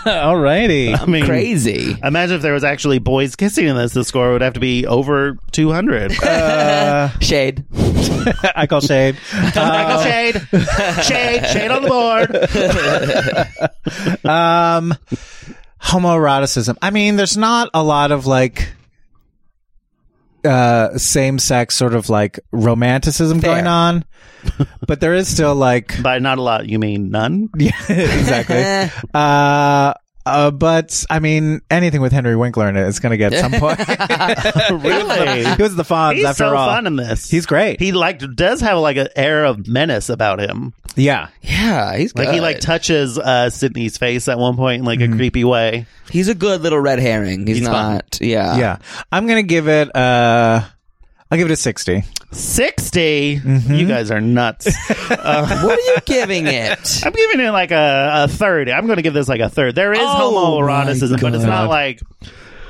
C: All righty.
B: I mean, uh,
D: Crazy.
B: [LAUGHS] Imagine if there was actually boys kissing in this, the score would have to be over 200.
D: Shade.
C: I call shade.
B: Michael [LAUGHS] Shade, Shade, Shade on the [LAUGHS] board.
C: Um, homoeroticism. I mean, there's not a lot of like uh same sex sort of like romanticism
D: Fair.
C: going on, but there is still like [LAUGHS]
B: By not a lot, you mean none?
C: yeah, exactly. uh, uh, but I mean, anything with Henry Winkler in it is going to get some point.
B: [LAUGHS] [LAUGHS] really?
C: he was the Fonz
B: He's
C: after
B: so
C: all.
B: fun in this.
C: He's great.
B: He like does have like an air of menace about him.
C: yeah,
D: Yeah, he's good.
B: Like he like touches uh Sydney's face at one point in like a creepy way.
D: he's a good little red herring. He's,
B: He's fun.
D: not. Yeah.
C: yeah. I'm gonna give it. Uh, I'll give it a sixty.
B: 60 you guys are nuts
D: [LAUGHS] What are you giving it?
B: i'm giving it like a, a third i'm gonna give this like a third there is
D: Oh,
B: homoeroticism
C: my
B: but it's not
C: God. Uh-huh.
B: like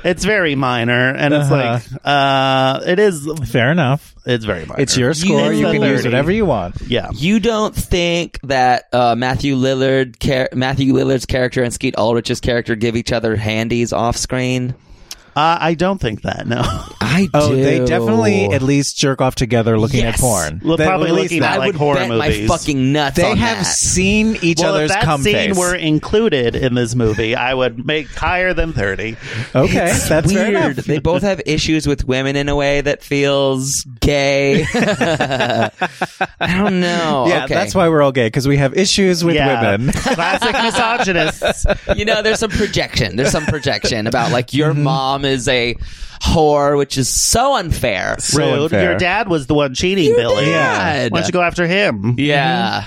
B: It's very minor, and it's like uh, it is.
C: Fair enough.
B: It's very minor.
C: It's your score.
D: It's
C: You,
D: the
C: can use
B: 30.
C: whatever you want.
B: Yeah.
D: You don't think that uh, Matthew Lillard, char- Matthew Lillard's character and Skeet Ulrich's character give each other handies off screen?
B: Uh, I don't think that. No.
D: I
C: Oh,
D: do.
C: they definitely at least jerk off together looking
D: Yes.
C: at porn.
B: Well,
C: They-
B: probably
C: at least
B: looking at,
D: I
C: that.
B: like,
D: would
B: horror
D: bet
B: movies.
D: my fucking nuts.
C: they
D: on
C: have
D: that.
C: seen each
B: [LAUGHS] well,
C: other's
B: if that
C: cum
B: scene
C: face.
B: were included in this movie, I would make higher than thirty.
C: okay, that's fair enough.
D: weird. they both have issues with women in a way that feels gay. [LAUGHS] I don't know.
C: Yeah,
D: Okay. [LAUGHS]
C: that's why we're all gay because we have issues with
B: yeah.
C: women.
B: [LAUGHS] Classic
C: [LAUGHS]
B: misogynists.
D: you know, there's some projection. There's some projection about like your mom is a whore, which is so unfair.
C: [LAUGHS] So
B: Rude.
C: unfair.
B: Your dad was the one cheating, Billy.
D: dad.
B: Why don't you go after him?
D: Yeah.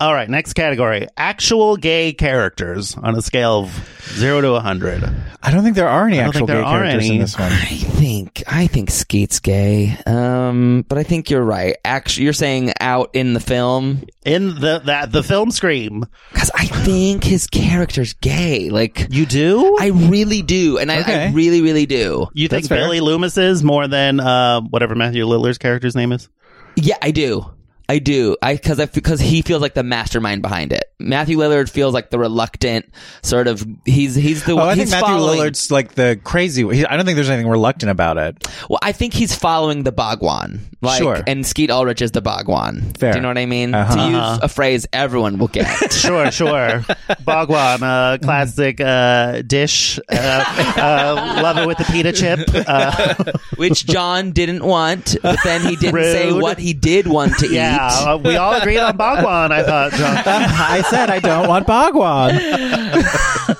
B: All right, next category: actual gay characters on a scale of zero to hundred.
C: I don't think there are any
B: don't
C: actual
B: think
C: gay
B: there are
C: characters in
B: any. [LAUGHS]
C: this one.
D: I think I think Skeet's gay. Um, but I think you're right. Actually, you're saying out in the film
B: In the that the film Scream,
D: because I think his character's gay. Like
B: you do.
D: I really do, and I,
C: Okay.
D: I really really do.
B: you think
C: That's fair.
B: Billy Loomis is more than uh, whatever Matthew Lillard's character's name is?
D: Yeah, I do. I do. I because I because he feels like the mastermind behind it. Matthew Lillard feels like the reluctant sort of. He's he's the.
C: Oh, I
D: he's
C: think Matthew
D: following-
C: Lillard's like the crazy. He, I don't think there's anything reluctant about it.
D: Well, I think he's following the Bhagwan. Like,
C: Sure.
D: And Skeet Ulrich is the Bhagwan.
C: Fair.
D: Do you know what I mean?
C: Uh-huh.
D: To use a phrase everyone will
C: [LAUGHS]
D: get.
B: Sure, [LAUGHS] sure. Bhagwan, uh, classic uh, dish. Uh, uh, love it with the pita chip. Uh,
D: which John didn't want, but then he didn't
B: Rude.
D: say what he did
C: [LAUGHS]
D: want to
B: yeah,
D: eat.
B: uh, we all agreed on Bhagwan. I thought. John.
C: [LAUGHS] I said I don't want Bhagwan.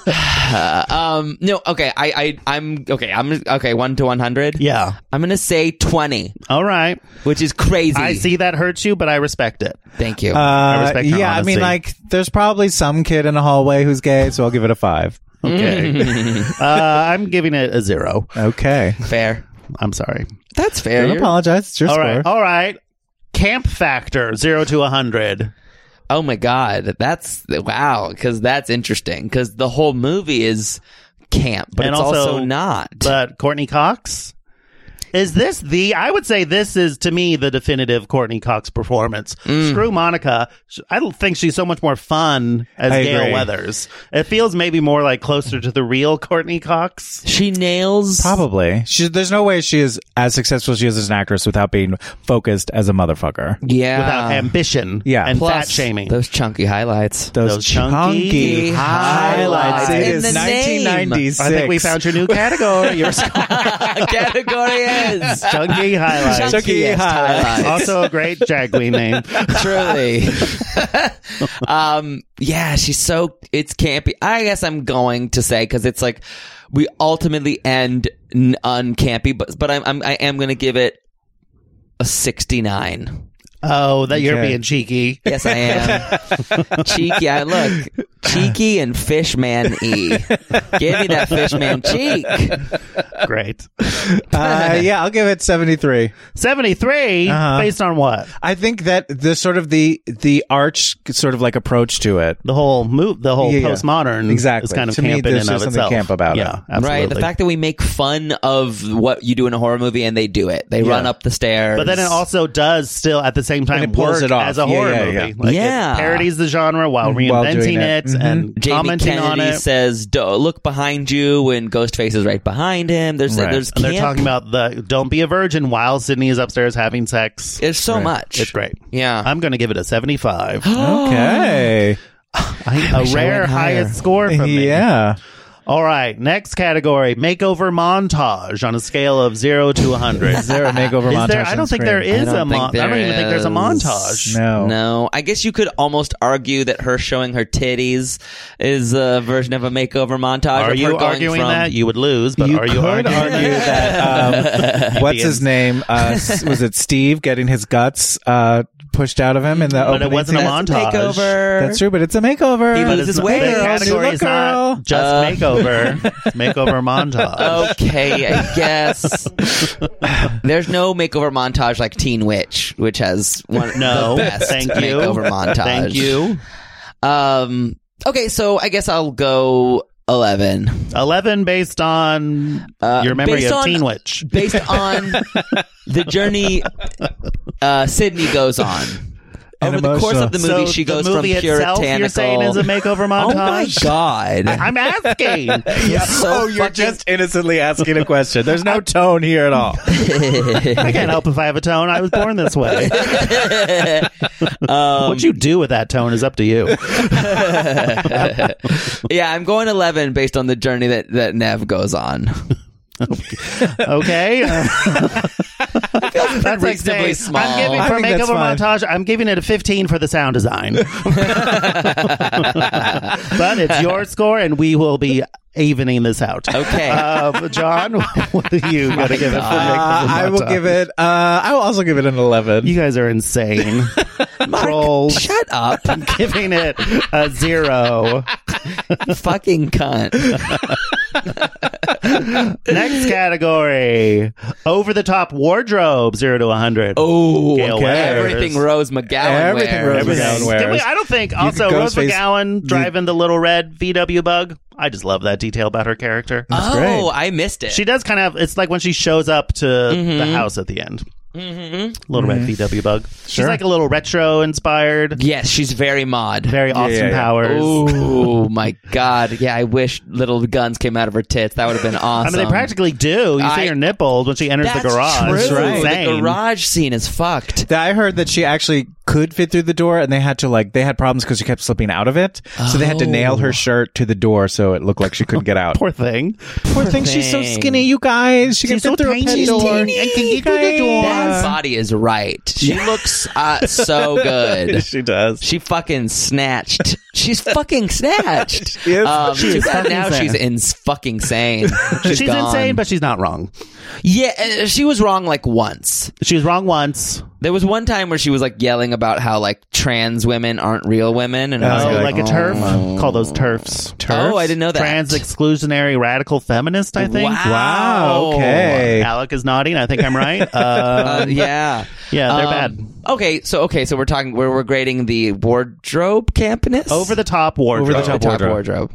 D: Um, no, okay, I, I, I'm okay. I'm okay. One to one hundred.
B: Yeah.
D: I'm gonna say twenty,
B: All right.
D: which is crazy.
B: I see that hurts you, but I respect it.
D: Thank you.
C: [LAUGHS] Uh,
B: respect your
C: yeah, I mean,
B: honesty.
C: like, there's probably some kid in a hallway who's gay, so I'll give it a five.
B: [LAUGHS] Okay. uh, I'm giving it a zero.
C: Okay,
D: fair.
B: I'm sorry.
D: That's fair.
C: don't
D: You're-
C: apologize. It's your
B: All
C: score.
B: right. All right. Camp factor zero to a hundred.
D: Oh my god, that's wow. Because that's interesting. Because the whole movie is camp, but
B: And
D: it's also,
B: also-
D: not.
B: But Courtney Cox. Is this the? I would say this is to me the definitive Courtney Cox performance.
C: Mm.
B: Screw Monica. Sh- I don't think she's so much more fun as
C: I
B: Gail
C: agree.
B: Weathers. It feels maybe more like closer to the real Courtney Cox.
D: she nails.
C: Probably. She, there's no way she is as successful as she is as an actress without being focused as a motherfucker.
D: Yeah.
B: Without ambition
C: Yeah.
B: and
D: Plus
B: fat shaming.
D: Those chunky highlights.
C: Those,
B: Those
C: chunky,
B: chunky
C: highlights.
D: highlights.
C: It
D: In
C: is
D: the name.
C: 1996.
B: I think we found your new
C: [LAUGHS]
B: category. Your
D: [LAUGHS]
B: [LAUGHS]
D: category is
B: chunky highlights.
C: Chunky
D: Chunkiest
C: highlights.
D: highlights.
B: also a great drag
C: [LAUGHS]
B: queen name.
D: Truly. [LAUGHS] um, yeah, she's so, it's campy. I guess I'm going to say, cause it's like, we ultimately end n- uncampy, but, but I'm, I'm, I am going to give it a 69.
B: Oh, that you're
C: Okay.
B: being cheeky.
D: Yes, I
B: [LAUGHS]
D: am. cheeky. I look cheeky and fishman E. Give me that fishman cheek.
B: Great. [LAUGHS]
C: Uh, yeah, I'll give it 73.
B: 73 based on what?
C: I think that the sort of the the arch sort of like approach to
B: [GASPS]
C: it.
B: The whole move, the whole
C: Yeah, yeah.
B: postmodern
C: Exactly.
B: is kind of
C: To me,
B: camp in
C: there's
B: and of
C: just something
B: itself.
C: camp about it.
B: yeah, Absolutely.
D: Right. The fact that we make fun of what you do in a horror movie and they do it. They run up the stairs.
B: but then it also does still at the same time
C: And it pulls
B: work
C: it off.
B: as a
C: Yeah,
B: horror
C: yeah, yeah. Mm-hmm.
B: movie. Like, it
D: Yeah.
B: parodies the genre while reinventing
C: While doing it.
B: it,
C: Mhm.
B: and
D: Jamie
B: commenting on
D: Kennedy
B: it.
D: says, "Do- "Look behind you," and Ghostface is right behind him. There's
C: Right.
D: there's
B: and they're
D: camp.
B: talking about the don't be a virgin while Sydney is upstairs having sex.
D: There's so much.
B: It's great.
D: Yeah.
B: I'm going to give it
C: [GASPS]
B: a 75.
C: Okay.
B: a rare
D: went higher.
B: highest score from me.
C: yeah.
B: All right, next category: makeover montage on a scale of zero
C: [LAUGHS]
B: to hundred.
C: Is there a makeover
B: Is
C: montage?
B: there- I
C: on
B: don't think
C: screen?
B: there is
D: don't
B: a
D: think
B: mon- I don't
D: there
B: even think there's a
D: is.
B: montage.
C: No.
D: No, I guess you could almost argue that her showing her titties is a version of a makeover montage.
B: Are
D: of her
B: you
D: going
B: arguing
D: from-
B: that you would lose? But
C: You
B: are
C: could
B: you arguing
C: argue
B: [LAUGHS]
C: that um, what's his name uh, s- was it Steve getting his guts uh, pushed out of him in the
B: But it
C: opening
B: wasn't a
C: scene?
D: That's
B: montage.
D: makeover.
C: That's [LAUGHS] true, but it's a makeover.
D: He
B: But
D: loses
B: it's not-
D: weight.
B: The
D: Girl,
B: category
C: new
B: is
C: look, girl.
B: not just makeover. It's makeover montage.
D: Oh, Okay, I
B: [LAUGHS]
D: guess there's no makeover montage like Teen Witch, which has one
B: No,
D: of the best
B: thank you.
D: makeover montage.
B: Thank you.
D: Um, okay, so I guess I'll go a Eleven.
B: 11 based on your memory
D: based
B: of
D: on-
B: Teen Witch.
D: Based on the journey uh, Sydney goes on.
C: And
D: Over the course
C: emotional.
D: of the movie,
B: So
D: she goes
B: the movie
D: from
B: itself,
D: puritanical.
B: You're saying is a makeover montage?
D: oh my god!
B: I'm asking.
D: so
C: oh, you're
D: fucking-
C: just innocently asking a question. There's no tone here at
B: [LAUGHS]
C: all.
D: [LAUGHS]
B: I can't help if I have a tone. I was born this way. what you do with that tone is up to you.
D: yeah, I'm going eleven based on the journey that that Nev goes on.
B: Okay. [LAUGHS] that's like
D: reasonably
B: saying,
D: small.
B: I'm giving
C: I
B: for
C: think that's
B: makeover
C: fine.
B: montage. I'm giving it a 15 for the
C: [LAUGHS]
B: sound design. but it's your score, and we will be evening this out.
D: Okay.
B: Uh, John, [LAUGHS] what are you going to give it for makeover
C: Uh, I will
B: montage?
C: give it. Uh, I will also give it an eleven.
B: You guys
C: [LAUGHS]
B: are insane. Trolls.
D: Shut up,
B: [LAUGHS] Giving it a zero.
D: fucking cunt.
B: [LAUGHS] Next category over the top wardrobe, zero to 100.
D: Oh,
B: Gail
D: okay.
B: wears.
D: everything Rose McGowan.
C: Everything
D: wears.
C: Rose
B: Everything.
C: McGowan wears.
B: Did we- I don't think. Also,
C: could
B: Rose
C: Ghostface-
B: McGowan driving the little red VW bug. I just love that detail about her character.
D: Oh,
C: great.
D: I missed it.
B: She does kind of. It's like when she shows up to the house at the end. Little red VW bug. She's like a little retro inspired,
D: yes, she's very mod.
B: very Austin
C: yeah, yeah.
B: Powers.
D: Oh my god! Yeah, I wish little guns came out of her tits. That would have been
B: I
D: awesome.
B: mean, they practically do. You see
D: I-
B: her nipples when she enters
D: That's
B: the garage.
D: True.
B: It's
D: The
B: insane.
D: garage scene is fucked.
C: That I heard that she actually could fit through the door, and they had to like they had problems because she kept slipping out of it. So they had to nail her shirt to the door so it looked like she couldn't get out.
B: Oh. [LAUGHS] Poor thing.
C: Poor thing, she's so
D: thing.
C: skinny. You guys, she
B: She's
C: can
B: so
C: fit through a pet
B: tiny.
C: door
B: Teeny.
C: and can get through the
B: Guys.
C: door.
D: That body is right. She looks uh, so
B: [LAUGHS]
D: good.
C: She does.
D: She fucking snatched. She's
B: [LAUGHS]
D: fucking snatched.
C: She is-
D: Um,
C: she
D: too
C: is
D: bad
C: fucking
D: now
C: insane.
D: she's in fucking sane. She's,
B: She's
D: gone.
B: insane, but she's not wrong.
D: yeah, uh, she was wrong like once.
B: She was wrong once.
D: There was one time where she was like yelling about how like trans women aren't real women, and I was
B: Oh,
D: like,
B: like a turf. Call those turfs.
D: Turfs? Oh, I didn't know that.
B: Trans exclusionary radical feminist, I think.
D: Wow.
C: Wow, okay.
B: Alec is nodding. I think
C: [LAUGHS]
B: I'm right. Uh,
D: Uh, yeah,
B: yeah, they're
D: Um,
B: bad.
D: Okay, so okay, so we're talking. We're, we're grading the wardrobe campness
B: Over the top wardrobe.
C: Over the top
D: top
C: wardrobe.
D: wardrobe.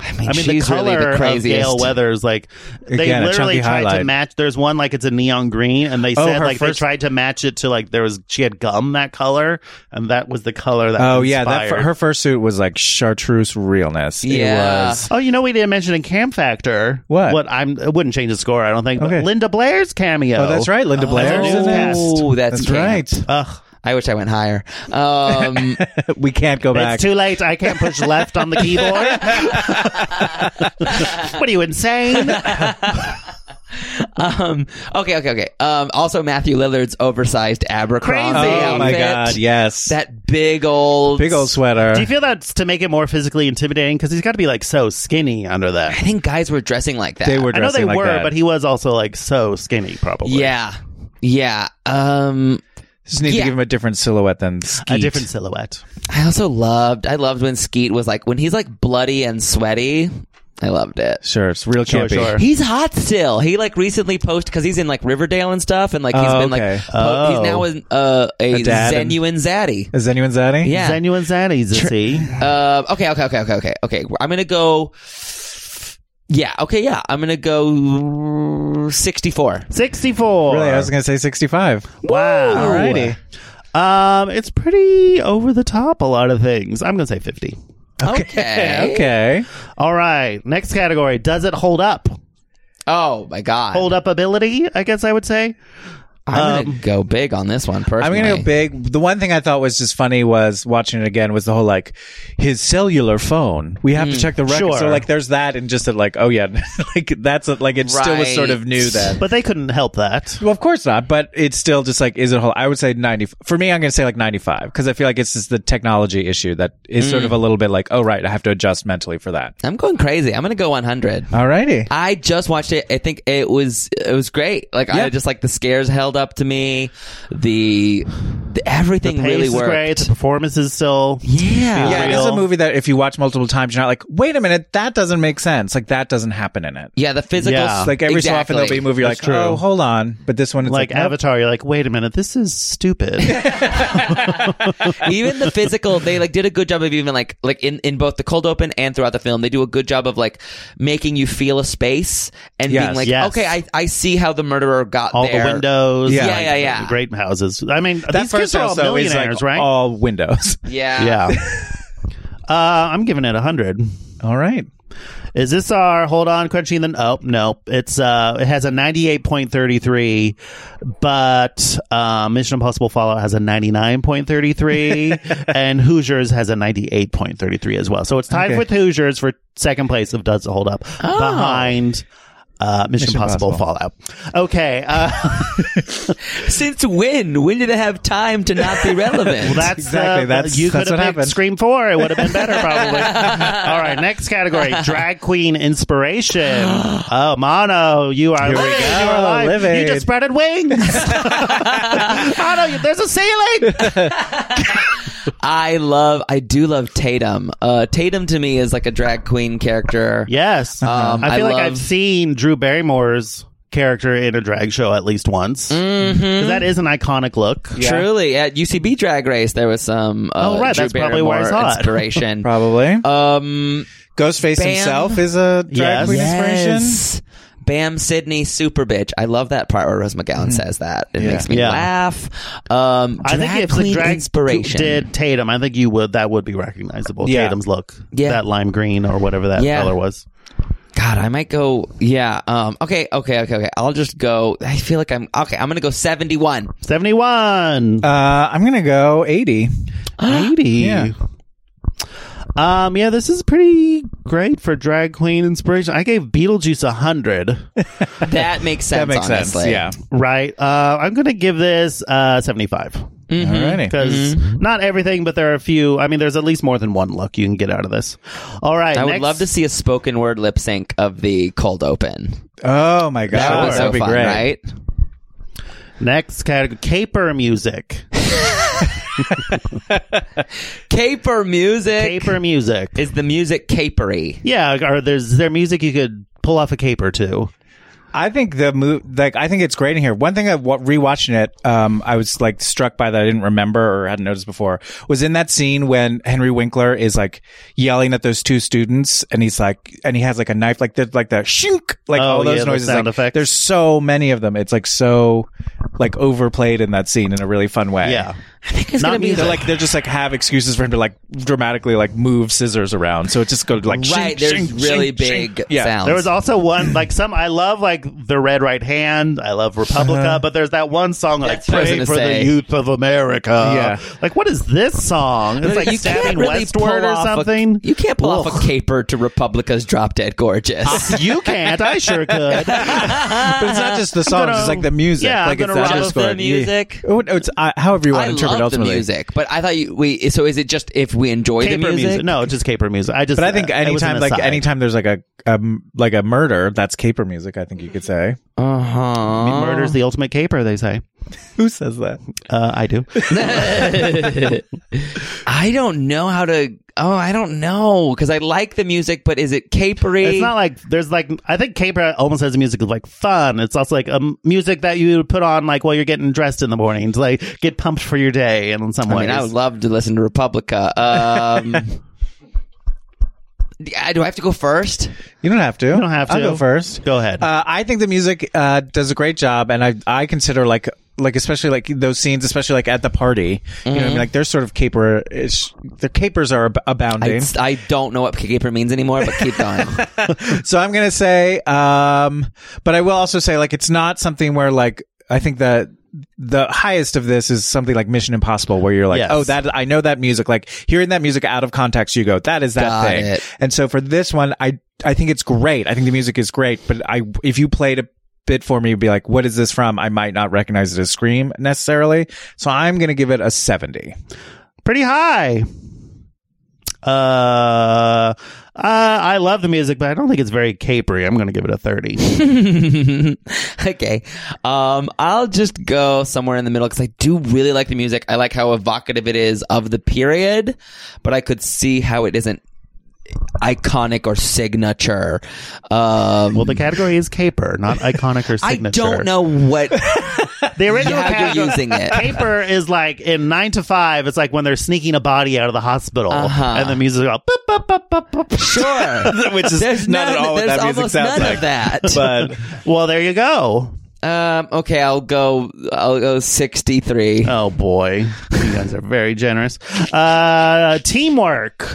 D: I mean,
B: I mean,
D: she's
B: the color
D: really the
B: of
D: craziest.
B: Gale Weathers, like they
C: Again, a
B: literally
C: chunky
B: tried to
C: highlight.
B: match. There's one like it's a neon green, and they
C: Oh,
B: said
C: her
B: like they
C: first-
B: tried to match it to like there was she had gum that color, and that was the color that.
C: Oh yeah, that
B: inspired-
C: her fursuit was like chartreuse realness.
D: Yeah.
C: It was.
B: Oh, you know we didn't mention in Camp Factor.
C: What?
B: What I'm it wouldn't change the score. I don't think.
C: Okay.
B: But Linda Blair's cameo.
C: Oh, that's right, Linda Blair.
B: uh, That's a newscast.
D: Oh,
C: That's
D: that's, camp.
C: right.
B: Ugh,
D: I wish I went higher.
C: [LAUGHS]
D: Um,
C: we can't go back.
B: it's too late. I can't push left on
C: [LAUGHS]
B: the keyboard. what are you insane?
D: um, okay, okay, okay. Um, also, Matthew Lillard's oversized Abercrombie
B: Crazy.
C: oh
D: outfit.
C: my god, yes.
D: That big old
C: big old sweater.
B: Do you feel that's to make it more physically intimidating? Because he's got to be like so skinny under that.
D: I think guys were dressing like that.
C: they were
B: I know
C: dressing
B: they
C: like
B: were,
C: that.
B: but he was also like so skinny, probably.
D: Yeah, yeah. Um,
C: just need
D: yeah.
C: to give him a different silhouette than
B: A
C: Skeet.
B: different silhouette.
D: I also loved. I loved when Skeet was like when he's like bloody and sweaty. I loved it.
C: Sure, it's real
B: Sure,
C: campy.
B: sure.
D: He's hot still. He like recently posted because he's in like Riverdale and stuff, and like he's
C: Oh,
D: been like
C: okay.
D: po-
B: Oh.
D: he's now in, uh, a,
C: A dad and-
D: genuine zaddy.
C: Is anyone zaddy?
D: Yeah.
B: Genuine Zanny, Zissy.
D: Uh, okay, okay, okay, okay, okay, okay. I'm gonna go. Yeah. Okay. Yeah. I'm gonna go sixty-four.
B: 64.
C: Really, I was gonna say sixty-five.
B: wow.
C: Alrighty.
B: Um, it's pretty over the top, a lot of things. I'm going to say 50.
C: [LAUGHS]
D: Okay.
C: Okay.
B: All right. Next category. Does it hold up?
D: Oh my god.
B: Hold up ability, I guess I would say.
D: I'm gonna go big on this one
C: I'm
D: personally.
C: gonna go big. The one thing I thought was just funny was watching it again was the whole like his cellular phone. We have to check the record.
B: Hmm. Sure.
C: So like, there's that, and just that like, oh yeah, [LAUGHS] like that's a, like it still was sort of
D: Right.
C: new then.
B: But they couldn't help that.
C: Well, of course not, but it's still just like is it whole? I would say ninety. For me, I'm going to say like ninety-five because I feel like it's just the technology issue that is sort of a little bit like, oh right, I have to adjust mentally for that.
D: I'm going crazy. I'm gonna go 100.
C: Alrighty,
D: Uh, I just watched it. I think it was it was great. Like I
C: Yeah.
D: just like the scares held up to me. The, the everything
B: Pace
D: really
B: is
D: worked.
B: great. The performance is still
D: Yeah.
C: Yeah,
B: real.
C: it's a movie that if you watch multiple times, you're not like, wait a minute, that doesn't make sense. Like that doesn't happen in it.
D: Yeah, the physical.
B: Yeah.
D: s-
C: Like every so often there'll be
D: exactly.
C: a movie you're like,
B: That's true.
C: oh, hold on, but this one it's
B: like,
C: like, nope.
B: Avatar. You're like, wait a minute, this is
C: [LAUGHS]
B: stupid.
D: [LAUGHS] even the physical they like did a good job of even like like in in both the cold open and throughout the film they do a good job of like making you feel a space and being
C: Yes.
D: like
B: Yes.
D: okay i i see how the murderer got
B: all
D: there
B: the windows.
C: Yeah.
B: like,
D: Yeah, yeah, yeah.
B: The great houses. I mean,
C: That
B: these kids
C: first
B: are all
C: house though is
B: millionaires,
C: like oh,
B: right?
C: all windows.
B: [LAUGHS]
D: yeah
B: yeah. uh, I'm giving it a hundred.
C: all right.
B: Is this our hold on crunching the oh nope. It's uh it has a ninety eight point thirty three, but uh Mission Impossible Fallout has a ninety nine point thirty
C: [LAUGHS]
B: three and Hoosiers has a ninety eight point thirty three as well. So it's tied
C: Okay. Oh.
B: with Hoosiers for second place of Does It Hold Up behind uh, Mission,
C: Mission
B: Impossible,
C: Impossible.
B: Fallout. Okay, uh,
D: [LAUGHS] since when when did it have time to
B: [LAUGHS]
D: not be relevant
B: Well, that's
C: Exactly.
B: uh,
C: That's-
B: you
C: that's
B: could
C: what
B: have picked
C: happened.
B: Scream Four. It would have been better, probably. All right, next category: drag queen inspiration. [GASPS] Oh, Mono, you are living. You are
C: go.
B: alive. You
C: Living.
B: just spreaded wings. Mono, you- there's a ceiling.
D: i love i do love tatum uh tatum to me is like a drag queen character
B: Yes,
D: Um,
B: I feel
D: I
B: like
D: love-
B: I've seen Drew Barrymore's character in a drag show at least once. Mm-hmm. That is an iconic look.
D: Truly, at UCB Drag Race, there was some. Uh,
B: Oh, right,
D: Drew
B: that's probably where I
D: Barrymore
B: saw it. [LAUGHS]
D: inspiration.
C: Probably.
D: Um,
C: Ghostface
D: Bam.
C: himself is a drag
B: Yes.
C: queen inspiration.
D: Yes. Bam Sydney super bitch. I love that part where Rose McGowan says that. It makes me
B: Hmm. Yeah.
D: laugh. Um,
B: I think
D: drag
B: if
D: queen
B: the drag
D: inspiration
B: did Tatum, I think you would that would be recognizable.
C: Yeah.
B: Tatum's look,
D: Yeah.
B: that lime green or whatever that
D: Yeah.
B: color was.
D: God, I might go. Yeah. Um. Okay. Okay. Okay. Okay. I'll just go. I feel like I'm okay. I'm gonna go
B: [LAUGHS]
D: seventy one.
B: 71
C: Uh, I'm gonna go eighty.
D: Uh, [GASPS]
B: 80
C: Yeah.
B: um yeah this is pretty great for drag queen inspiration i gave beetlejuice
D: [LAUGHS]
B: 100
D: That makes sense.
C: That makes sense.
D: honestly.
C: Yeah.
B: right uh i'm gonna give this uh 75
D: Mm-hmm.
C: Alrighty.
B: because not everything but there are a few i mean there's at least more than one look you can get out of this all right
D: I would
B: next-
D: love to see a spoken word lip sync of the cold open.
C: Oh my god,
D: That
B: Ah,
C: that
D: was so
C: would be
D: fun,
C: great.
D: right?
B: next category caper
D: [LAUGHS]
B: music
D: Caper music.
B: caper music
D: Is the music capery?
B: yeah or there's their music you could pull off a caper too
C: I think the move, like, I think it's great in here. One thing that wa- rewatching it, um, I was like struck by that I didn't remember or hadn't noticed before was in that scene when Henry Winkler is like yelling at those two students and he's like, and he has like a knife, like there's like that shink, like
B: Oh,
C: all those
B: yeah, the
C: noises.
B: sound
C: like,
B: effects.
C: There's so many of them. It's like so, like overplayed in that scene in a really fun way.
B: yeah
D: I think it's
B: Not
D: gonna be
B: music.
C: They're like, they're just like have excuses for him to like dramatically like move scissors around. So it just goes like,
D: right.
C: shink,
D: There's
C: shink,
D: really
C: shink,
D: big
C: shink. Yeah.
D: sounds.
B: There was also one like some I love like the Red Right Hand. I love Republica,
C: Uh-huh.
B: but there's that one song like
D: That's what I was
B: "Pray
D: gonna
B: for
D: say.
B: the Youth of America."
C: Yeah.
B: like what is this song? It's
D: But
B: like stabbing westward
D: pull
B: or
D: off a-
B: something.
D: you can't pull off
B: Ugh.
D: a caper to Republica's Drop Dead Gorgeous. [LAUGHS]
B: you can't. I sure could.
C: but it's not just the songs;
B: Uh, gonna-
C: it's like the music.
B: yeah, I'm
C: like it's
B: gonna rob
C: just
D: us the
C: scored. Yeah.
D: music.
C: Oh, no, it's uh, however you want
D: [LAUGHS] I
C: to interpret
D: love the
C: ultimately.
D: music, but I thought you, we. So is it just if we enjoy
B: caper
D: the music?
B: No, just caper music. I just.
C: But I think
B: uh, it was an
C: anytime, like
B: aside.
C: anytime there's like a um, like a murder, that's caper music. I think you could say.
D: Uh huh.
B: murder's the ultimate caper. They say.
C: Who says that?
B: Uh, I do.
D: [LAUGHS] I don't know how to. Oh, I don't know because I like the music, but is it capery?
B: It's not like there's like I think caper almost has a music of like fun. It's also like a m- music that you would put on like while you're getting dressed in the morning to like get pumped for your day. And in some
D: I
B: ways,
D: mean, I would love to listen to Republica.
B: [LAUGHS]
D: Um, I- do I have to go first?
C: You don't have to.
B: You don't have to
C: I'll go first.
B: Go ahead.
C: Uh, I think the music uh, does a great job, and I I consider like like especially like those scenes, especially like at the party. You know, what I mean, like they're sort of caper. Their capers are ab-
D: I,
C: abounding.
D: I don't know what caper means anymore, but
B: [LAUGHS]
D: keep going.
C: So I'm gonna say, um, but I will also say, like, it's not something where, like, I think that the highest of this is something like Mission Impossible, where you're like,
B: Yes.
C: oh, that I know that music. Like hearing that music out of context, you go, that is that
D: Got
C: thing.
D: it.
C: And so for this one, I I think it's great. I think the music is great, but I if you played a bit for me, you'd be like, what is this from? I might not recognize it as Scream necessarily. So I'm gonna give it a seventy.
B: pretty high. Uh, Uh, I love the music, but I don't think it's very capery. I'm going to give it a 30.
D: [LAUGHS] okay. Um, I'll just go somewhere in the middle because I do really like the music. I like how evocative it is of the period, but I could see how it isn't iconic or signature. Um,
B: well, the category is caper, not iconic or
D: [LAUGHS] I
B: signature.
D: don't
C: [LAUGHS]
D: know what
B: The original
D: how you're
B: category,
D: using it.
B: caper is like in nine to five. It's like when they're sneaking a body out of the hospital,
D: Uh-huh.
B: and the music is all, boop, boop, boop, boop, boop.
C: [LAUGHS]
D: sure.
C: Which is
D: There's
C: not
D: none,
C: at all what
D: there's
C: that music
D: almost
C: sounds
D: none
C: like.
D: of that.
C: [LAUGHS] But
B: Well, there you go.
D: [LAUGHS] um, okay, I'll go. I'll go sixty-three.
B: Oh boy, you guys are very generous. Uh, teamwork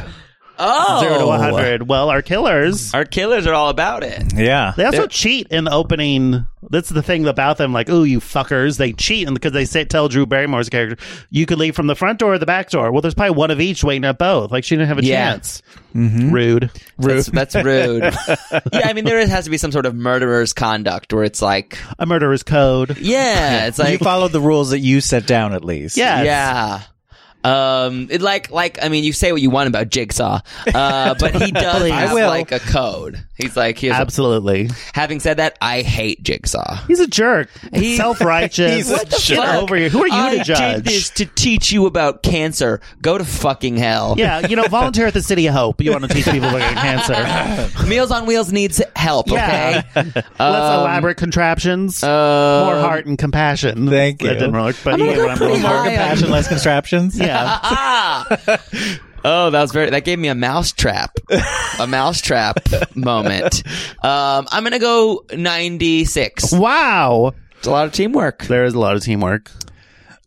D: oh,
B: zero to one hundred. Well, our killers.
D: Our killers are all about it.
C: yeah.
B: They also cheat in the opening. That's the thing about them. Like, oh, you fuckers! They cheat, and because they say, tell Drew Barrymore's character, you could leave from the front door or the back door. Well, there's probably one of each waiting at both. Like, she didn't have a
D: Yeah.
B: chance. Rude.
D: That's, that's
B: [LAUGHS]
D: rude. yeah, I mean, there has to be some sort of murderer's conduct where it's like,
B: A murderer's code.
D: yeah, it's
C: you
D: like,
C: followed the rules that you set down at least.
B: Yes.
D: yeah. Um, it like, like, I mean, you say what you want about Jigsaw,
B: [LAUGHS]
D: uh, but he does
B: Please.
D: have
B: I will.
D: like a code. He's like, here's a-
B: Absolutely.
D: having said that, I hate Jigsaw.
B: He's a jerk.
D: He-
B: Self
D: [LAUGHS]
B: righteous.
C: What the
B: Get
D: Fuck.
B: over here. Who are you
D: I
B: to
D: did
B: judge?
D: this to teach you about cancer. Go to fucking hell.
B: Yeah, you know, volunteer at the City of Hope. You want to teach people about
C: [LAUGHS]
B: cancer.
D: Meals on Wheels needs help.
B: Yeah.
D: Okay.
B: [LAUGHS]
C: Um,
B: Less elaborate contraptions. more heart and compassion.
C: Thank
B: That
C: you.
B: didn't work, but you get what I'm
D: pretty
B: going
D: high
B: for.
D: on-
C: Compassion, less contraptions.
B: Yeah.
D: Oh, that was very. That gave me a mousetrap, a mousetrap moment. Um, I'm gonna go 96.
B: wow.
D: It's a lot of teamwork.
B: There is a lot of teamwork.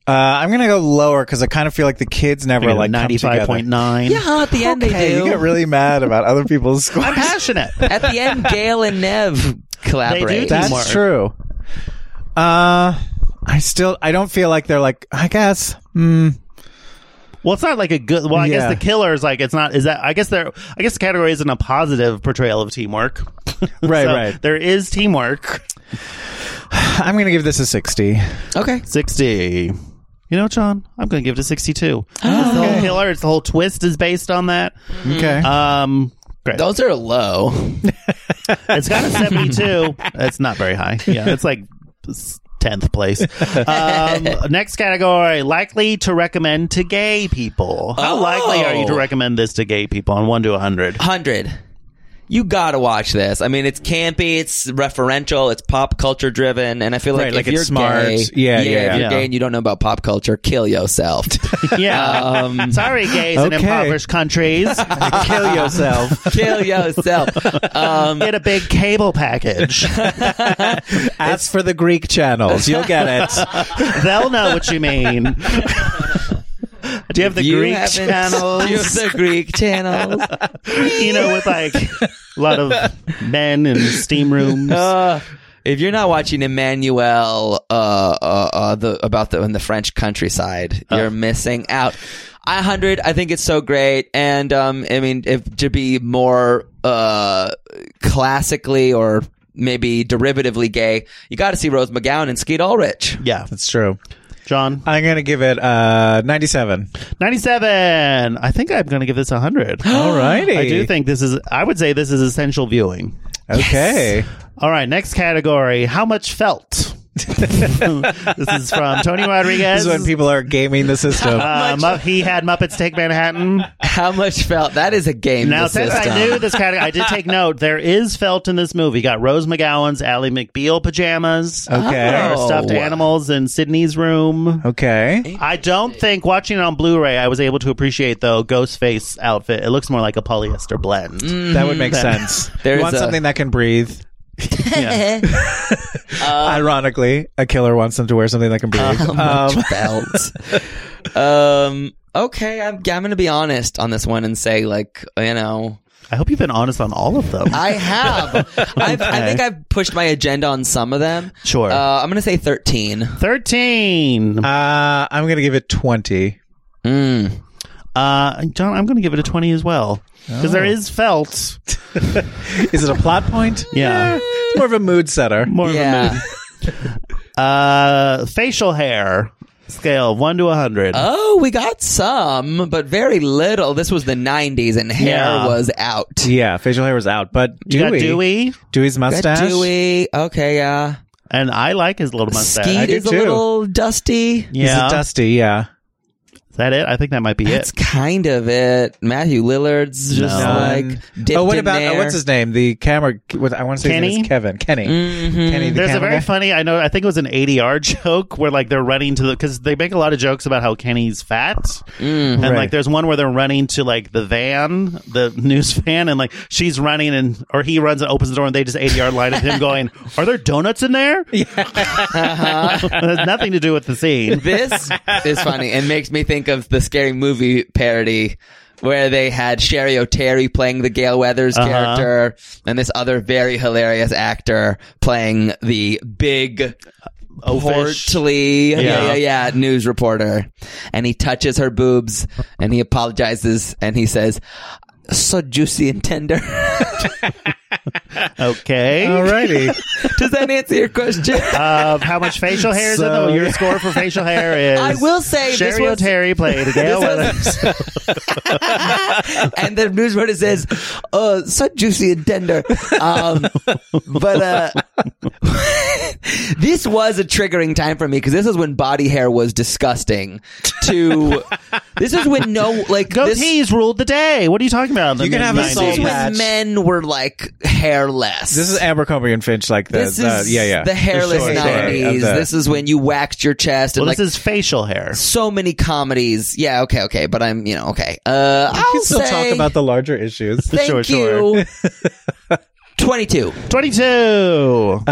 C: Uh, I'm gonna go lower because I kind of feel like the kids never like come together.
B: 95.9.
D: Yeah, at the end they
C: Hey,
D: do.
C: you get really mad about other people's
B: I'm
C: scores.
B: passionate.
D: at the end, Gail and Nev collaborate.
C: That's
B: That- Teamwork.
C: true. Uh, I still I don't feel like they're like I guess. Hmm.
B: Well, it's not like a good. Well, I
C: Yeah.
B: guess the killer's like it's not. Is that? I guess there. I guess the category isn't a positive portrayal of teamwork.
C: [LAUGHS] Right,
B: So
C: right.
B: There is teamwork.
C: I'm gonna give this a sixty.
D: okay.
B: 60. You know, John, I'm going to give it a 62.
D: Oh,
B: It's the whole killer. It's the whole twist is based on that.
C: Okay.
B: Um,
D: [LAUGHS]
B: great.
D: Those are low.
B: It's got a 72. That's not very high. Yeah. It's like s- 10th place. Um, next category likely to recommend to gay people. How
D: Oh.
B: likely are you to recommend this to gay people on 1 to 100?
D: 100. You gotta watch this. I mean, it's campy, it's referential, it's pop culture driven, and I feel like
C: Right,
D: if
C: like it's
D: you're
C: smart.
D: gay,
C: Yeah, yeah,
D: if
B: yeah.
D: you're gay and you don't know about pop culture,
C: [LAUGHS]
D: kill yourself.
B: Yeah.
D: Um,
B: Uh, Sorry, gays in
C: Okay.
B: impoverished countries.
C: Kill yourself.
D: kill
C: [LAUGHS]
D: yourself. Um,
B: Get a big cable package.
C: Ask for the Greek channels. You'll get it.
B: They'll know what you mean. Do you have the
D: you
B: Greek
D: haven't-
B: channels?
D: [LAUGHS] You have the
B: [LAUGHS]
D: Greek channels.
B: you know, with like a lot of men in steam rooms.
D: Uh, if you're not watching Emmanuel uh, uh, uh, the, about the in the French countryside,
B: Uh.
D: you're missing out. I hundred. I think it's so great, and um, I mean, if to be more uh, classically or maybe derivatively gay, you got to see Rose McGowan and Skeet Ulrich.
B: yeah,
C: That's true.
B: John,
C: I'm gonna give it uh 97.
B: ninety-seven. I think I'm going to give this hundred.
C: Alrighty.
B: I do think this is. I would say this is essential viewing.
C: Okay.
B: All right, next category: how much felt. [LAUGHS] this is from Tony Rodriguez.
C: This is when people are gaming the system.
B: Uh, Mu- he had Muppets Take Manhattan.
D: How much felt that is a game.
B: Now,
D: the
B: since
D: system.
B: I
D: [LAUGHS]
B: knew this category, I did take
C: [LAUGHS]
B: note. There is felt in this movie. Got Rose McGowan's Ally McBeal pajamas. There
C: okay.
B: are
D: Oh.
B: stuffed animals in Sydney's room.
C: Okay.
B: I don't think watching it on Blu-ray, I was able to appreciate though Ghostface outfit. It looks more like a polyester blend.
C: That would make sense.
D: There's
C: you want
D: a-
C: something that can breathe.
B: Yeah.
D: Uh,
C: Ironically, a killer wants them to wear something that can
D: [LAUGHS]
C: breathe.
D: Oh,
C: Um, [LAUGHS]
D: felt. um, okay, I'm, I'm going to be honest on this one and say like you know.
B: I hope you've been honest on all of them.
D: I have. [LAUGHS] I've, I think I've pushed my agenda on some of them.
B: Sure.
D: Uh, I'm going to say 13.
B: Thirteen. Uh,
C: uh, I'm gonna give it 20.
D: Mm.
B: Uh, John, I'm going to give it a twenty as well because
D: Oh.
B: there is felt.
C: Is it a plot
D: [LAUGHS]
C: point?
B: Yeah.
C: It's more of a mood setter.
B: More
D: Yeah.
B: of a mood. Uh, facial hair. scale of one to a hundred.
D: [LAUGHS] Oh, we got some, but very little. This was the 90s and hair
B: Yeah.
D: was out.
C: Yeah, facial hair was out, but
B: you got
C: Dewey,
B: Dewey,
C: Dewey's
D: Got
C: mustache.
D: Dewey. Okay, yeah.
B: and I like his little mustache.
D: Skeet
C: do
D: is a
C: too.
D: little dusty.
C: Is
B: yeah,
C: it
B: is
C: dusty? Yeah.
B: that it? I think that might be
D: That's
B: it.
D: kind of it. Matthew Lillard's just
B: No.
D: like dipped
C: oh, what
D: in
C: about
D: there.
C: oh, what's his name? The camera. What, I want to say his name
B: Kenny?
C: is Kevin Kenny.
D: Mm-hmm.
C: Kenny. The
B: There's a
C: camera
B: very
C: guy.
B: funny. I know. I think it was an ADR [LAUGHS] joke where like they're running to the because they make a lot of jokes about how Kenny's fat,
D: Mm.
B: and like
C: Right.
B: there's one where they're running to like the van, the news [LAUGHS] van, and like she's running and or he runs and opens the door and they just ADR line at him going, [LAUGHS] "Are there donuts in
D: [LAUGHS]
B: there?" Yeah. it has nothing to do with the scene.
D: This is funny and makes me think of the scary movie parody where they had Sherry O'Terry playing the Gale Weathers character and this other very hilarious actor playing the big
B: Oafish.
D: portly yeah.
B: Yeah.
D: yeah yeah news reporter and he touches her boobs and he apologizes and he says so juicy and tender [LAUGHS]
B: Okay.
D: [LAUGHS]
C: Alrighty.
D: does that answer your question
B: Of how much facial hair is in
C: So-
B: the your score for facial hair is
D: I will say this
B: Sherry
D: was-
B: O'Terry played Gail
D: [LAUGHS] This was-
B: Weathers.
D: and the news reporter says, "Oh, so juicy and tender." Um, but uh, [LAUGHS] this was a triggering time for me because this is when body hair was disgusting. To this is when no like this,
B: Goatees ruled the day. What are you talking about?
C: You can have a
B: this
D: this is
C: soul
D: when
C: patch.
D: men were like hairless.
C: this is Abercrombie and Finch, like the,
D: This
C: the-
D: is
C: yeah yeah
D: the hairless
C: sure, sure,
D: nineties.
C: of the-
D: this is when you waxed your chest and
B: Well,
D: like
B: this is facial hair.
D: so many comedies. Yeah, okay, okay, but I'm you know okay. Uh,
C: We
D: I'll
C: can still
D: say
C: talk about the larger issues.
D: thank
B: Sure,
D: you.
B: sure.
D: [LAUGHS]
B: [GASPS]
D: Twenty-two.
B: 22.
C: Uh,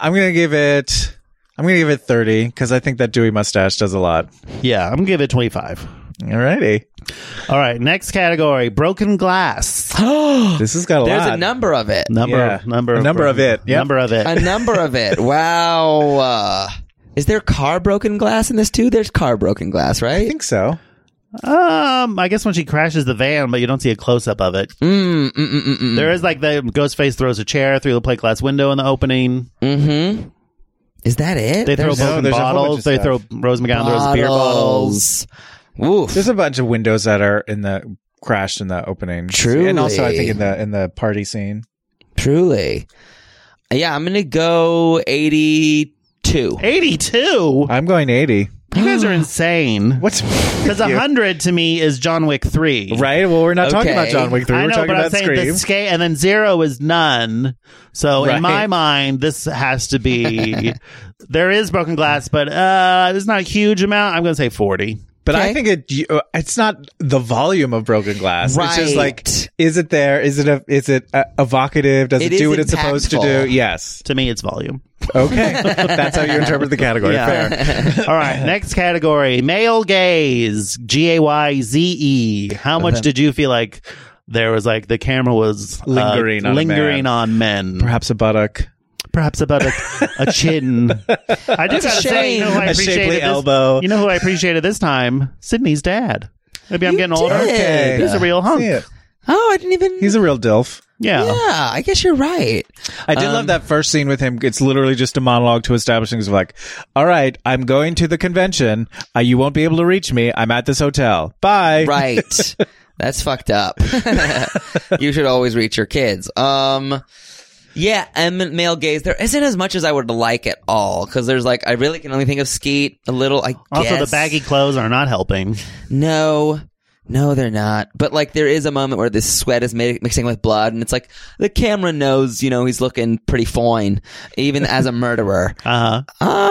C: I'm gonna give it. I'm gonna give it 30 because I think that Dewey mustache does a lot.
B: Yeah, I'm going to give it 25.
C: Alrighty,
B: All right, next category broken glass.
C: this has got a
D: There's
C: lot.
D: a number of it.
B: Number,
C: Yeah.
B: number,
C: A number of it, yep.
B: Number of it.
D: A number
B: [LAUGHS]
D: of it. Wow. Uh, is there car broken glass in this too? There's car broken glass,
C: I
D: right?
C: think so.
B: Um, I guess when she crashes the van, but you don't see a close up of it.
C: Mm,
B: There is like the Ghostface throws a chair through the plate glass window in the opening.
D: Mm-hmm. Is that it?
B: They
D: There's
B: throw broken
C: there's a whole bunch
B: bottles.
C: of
B: They throw
C: stuff.
B: Rose McGowan throws beer bottles.
D: Oof.
C: There's a bunch of windows that are in the crashed in the opening. and also I
D: Truly.
C: think in the in the party scene.
D: Truly. Yeah, I'm gonna go eighty-two.
B: 82.
C: I'm going 80. [GASPS]
B: You guys are insane.
C: What's
B: Because
C: you?
B: 100 to me is John Wick 3.
C: Right. Well, we're not talking
D: Okay.
C: about John Wick three.
B: I
C: we're
B: know,
C: talking
B: but I'm
C: about
B: saying
C: Scream.
B: the scale, and then zero is none. So
C: Right.
B: in my mind, this has to be
C: [LAUGHS]
B: there is broken glass, but uh, it's not a huge amount. I'm going to say 40.
C: but
D: Okay.
C: I think it you- uh, it's not the volume of broken glass. It's just like
D: Right.
C: is it there? Is it a, is it uh, evocative? Does it,
D: It is
C: do what it's supposed to
D: impactful.
C: do? Yes.
B: To me,
C: [LAUGHS]
B: it's volume.
C: Okay. That's how you interpret the category. Fair.
B: [LAUGHS] All right. Next category: male gaze. G a y z e.
C: Uh-huh.
B: How much did you feel like there was like the camera was uh,
C: Lingering on a
B: lingering
C: man.
B: on men?
C: Perhaps a buttock.
B: perhaps about a, a chin. I do gotta say, you know who I
C: A
B: appreciated
C: shapely
B: this,
C: elbow.
B: You know who I appreciated this time? Sydney's dad. Maybe I'm
D: You
B: getting older.
D: did.
C: Okay.
B: He's a real
C: See
B: hunk.
C: it.
D: Oh, I didn't even.
C: He's a real dilf.
B: Yeah.
D: yeah, I guess you're right.
C: I did love that first scene with him. It's literally just a monologue to establish things of like, all right, I'm going to the convention. Uh, you won't be able to reach me. I'm at this hotel. Bye.
D: Right. That's fucked up. [LAUGHS] you should always reach your kids. Um, yeah, and male gaze. There isn't as much as I would like at all because there's like I really can only think of Skeet a little. I
B: Also,
D: guess.
B: the baggy clothes are not helping.
D: No, no, they're not. But like there is a moment where this sweat is mi- mixing with blood, and it's like the camera knows. You know, he's looking pretty fine, even as
B: [LAUGHS]
D: a murderer.
B: Uh huh.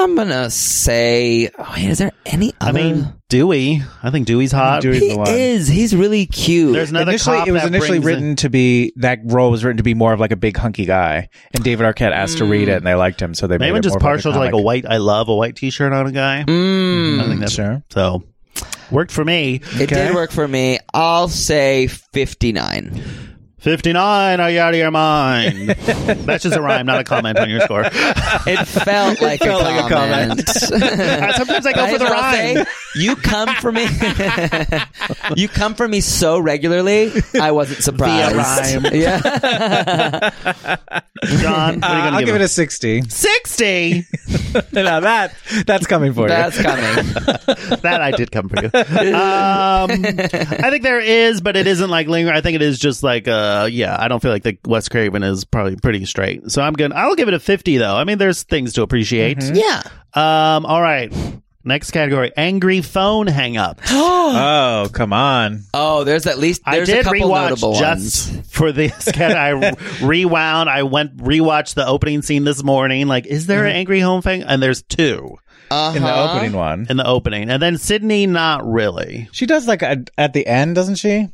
D: I'm gonna say. Oh, wait, is there any?
B: I
D: other-
B: mean, Dewey. I think Dewey's hot.
C: Dewey's
D: he
C: the one.
D: is. He's really cute.
B: There's another
C: Initially,
B: cop
C: it was
B: that
C: initially
B: brings
C: written
B: in-
C: to be that role was written to be more of like a big hunky guy, and David Arquette asked to read it, and they liked him, so they made
B: Maybe
C: it
B: I'm just
C: more of
B: partial to like a
C: comic.
B: white. I love a white T-shirt on a guy.
D: Mm.
B: I think that's
C: Sure.
B: So worked for me.
D: It did work for me. I'll say 59.
B: 59. Are you out of your mind? that's just a rhyme, not a comment on your
D: [LAUGHS]
B: score. [LAUGHS]
D: It felt like,
C: felt
D: a,
C: like a
D: comment.
C: comment.
D: [LAUGHS]
B: Sometimes I go
D: Might
B: for
D: as
B: the
D: well
B: rhyme.
D: say, you come for me. [LAUGHS] you come for me so regularly. I wasn't surprised.
B: rhyme.
D: Yeah,
B: John, what are you
C: Uh,
B: gonna
C: I'll give it a sixty.
B: sixty.
C: now that [LAUGHS] that's coming for
D: That's
C: you.
D: coming.
B: that I did come for you. Um, I think there is, but it isn't like linger. I think it is just like, uh, yeah, I don't feel like the Wes Craven is probably pretty straight. So I'm gonna, I'll give it a fifty though. I mean, there's things to appreciate.
E: Yeah.
B: Um, all right. Next category: angry phone
D: [GASPS]
B: hangups.
C: oh, come on.
D: Oh, there's at least
B: I
D: there's a
B: did
D: couple
B: rewatch
D: notable
B: just
D: ones.
B: for this. cat-
D: [LAUGHS]
B: I rewound. I went rewatched the opening scene this morning. Like, is there
D: Mm-hmm.
B: an angry home thing? And there's two
D: Uh-huh.
C: In the opening one.
B: in the opening, and then Sydney, not really.
C: She does like a, at the end, doesn't she?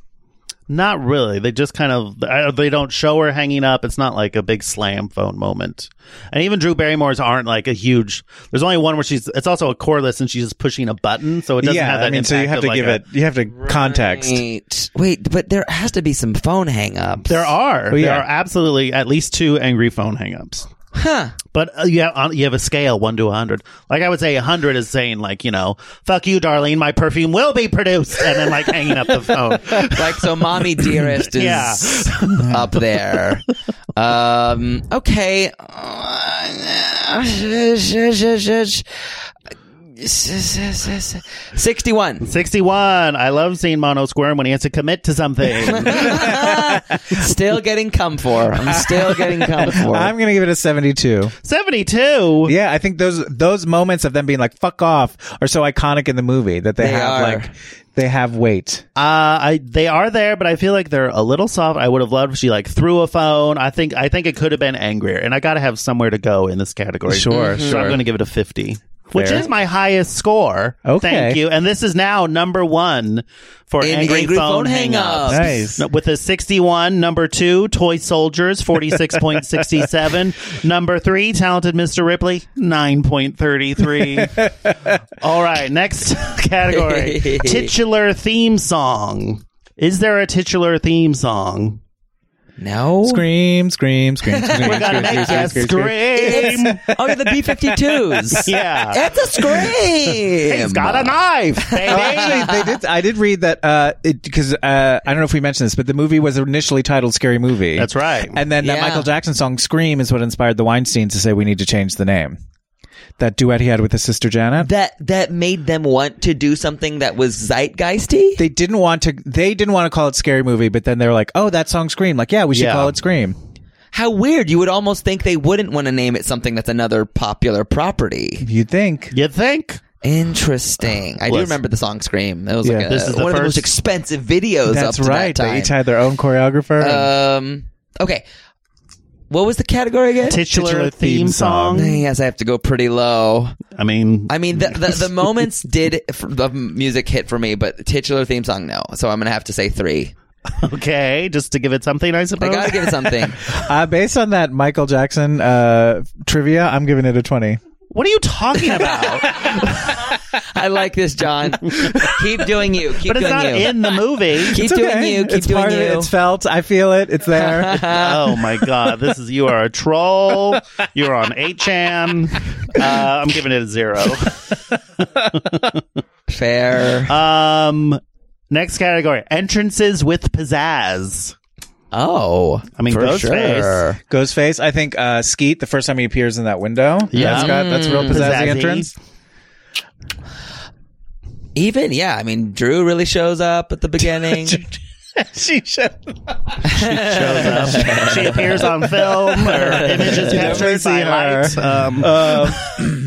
B: Not really. They just kind of I- they don't show her hanging up. It's not like a big slam phone moment. And even Drew Barrymore's aren't like a huge. There's only one where she's. It's also a cordless, and she's just pushing a button, so it doesn't have that.
C: I mean, so you
B: impact
C: have
B: of
C: to
B: like
C: give
B: a-
C: it. You have to context.
D: Wait, wait, but there has to be some phone hangups.
B: There are.
C: Oh, yeah.
B: There are absolutely at least two angry phone hangups.
D: Huh.
B: But uh, you have on, you have a scale one to a hundred. Like I would say, a hundred is saying like you know, "fuck you, Darlene, my perfume will be produced," and then like hanging up the phone.
C: [LAUGHS]
D: Like so, mommy dearest is
B: Yeah.
D: [LAUGHS] up there. Um. Okay. Sixty-one.
B: Sixty-one. I love seeing Mono squirm when he has to commit to
C: [LAUGHS]
B: something.
D: Still getting come for. I'm still getting
B: [LAUGHS]
D: come for.
C: I'm gonna give it a 72.
B: 72.
C: Yeah, I think those those moments of them being like "fuck off" are so iconic in the movie that they,
D: They
C: have
D: are.
C: like they have weight.
B: Uh, I they are there, but I feel like they're a little soft. I would have loved if she like threw a phone. I think I think it could have been angrier, and I got to have somewhere to go in this category.
C: Sure, Mhm.
B: so I'm
C: sure.
B: going to give it a fifty, which
C: Fair.
B: is my highest score.
C: Okay.
B: thank you. And this is now number one for
D: In
B: angry,
D: Angry
B: phone,
D: Phone
B: hangups.
D: Hangups.
C: Nice.
B: No, With a 61, number two, Toy Soldiers,
D: [LAUGHS]
B: 46.67. number three, Talented Mr. Ripley,
D: [LAUGHS]
B: 9.33. All right, next [LAUGHS]
D: [LAUGHS]
B: category titular theme song. Is there a titular theme song?
D: no.
C: Scream, scream, scream, scream,
B: We're gonna
C: scream,
B: make
C: scream,
B: you
C: scream, scream, scream.
B: scream.
D: It's, oh, yeah, the B-52s.
B: Yeah.
D: It's a scream.
B: He's got a knife, baby.
C: Oh,
D: [LAUGHS]
C: actually, they did. I did read that uh, because uh, I don't know if we mentioned this, but the movie was initially titled "Scary Movie."
B: That's right.
C: And then that
D: Yeah.
C: Michael Jackson song "Scream" is what inspired the Weinstein to say we need to change the name. That duet he had with his sister Janet.
D: that that made them want to do something that was zeitgeisty.
C: they didn't want to. They didn't want to call it "Scary Movie," but then they were like, "Oh, that song "Scream." Like, yeah, we should
B: Yeah.
C: call it "Scream."
D: How weird! You would almost think they wouldn't want to name it something that's another popular property.
C: You'd think.
B: You think?
D: Interesting. I do
B: Listen.
D: remember the song "Scream." That was
C: Yeah.
D: like a,
B: This is the
D: one of the
B: first-
D: most expensive videos.
C: That's
D: up to
C: right.
D: That time.
C: They each had their own choreographer.
D: um. Okay. What was the category again?
B: Titular,
C: Titular
B: theme,
C: theme
B: song.
C: song.
D: Yes, I have to go pretty low.
B: I mean,
D: I mean,
B: [LAUGHS]
D: the the, the moments did f- the music hit for me, but titular theme song no. So I'm gonna have to say three.
B: [LAUGHS] okay, just to give it something, I
D: I
B: suppose.
D: gotta give
B: [LAUGHS]
D: it something.
C: uh, based on that Michael Jackson uh, trivia, I'm giving it a 20.
B: what are you
D: [LAUGHS]
B: talking about?
D: I like this, John. Keep doing you. Keep
B: but it's
D: doing
B: not
D: you.
B: in the
D: [LAUGHS]
B: movie.
D: Keep
C: It's
D: doing
C: okay.
D: you. Keep
C: it's
D: doing
C: part
D: you.
C: Of it. It's felt. I feel it. It's
D: [LAUGHS]
C: there.
B: oh my god, this is you are a troll. You're on 8chan. Uh, I'm giving it a zero.
D: Fair.
B: Um, next category: entrances with pizzazz.
D: oh,
B: I mean,
D: for
B: Ghostface.
D: sure.
C: Ghostface. I think uh, Skeet. The first time he appears in that window.
B: Yeah.
C: that's, got, that's a
D: Mm.
C: real pizzazzy,
B: Pizzazzy.
C: entrance. [LAUGHS]
D: Even yeah, I mean, Drew really shows up
C: [LAUGHS]
D: at the beginning.
C: she showed
B: Shows up. she appears on film or images
C: definitely
B: captured by
C: see her.
B: light. Um,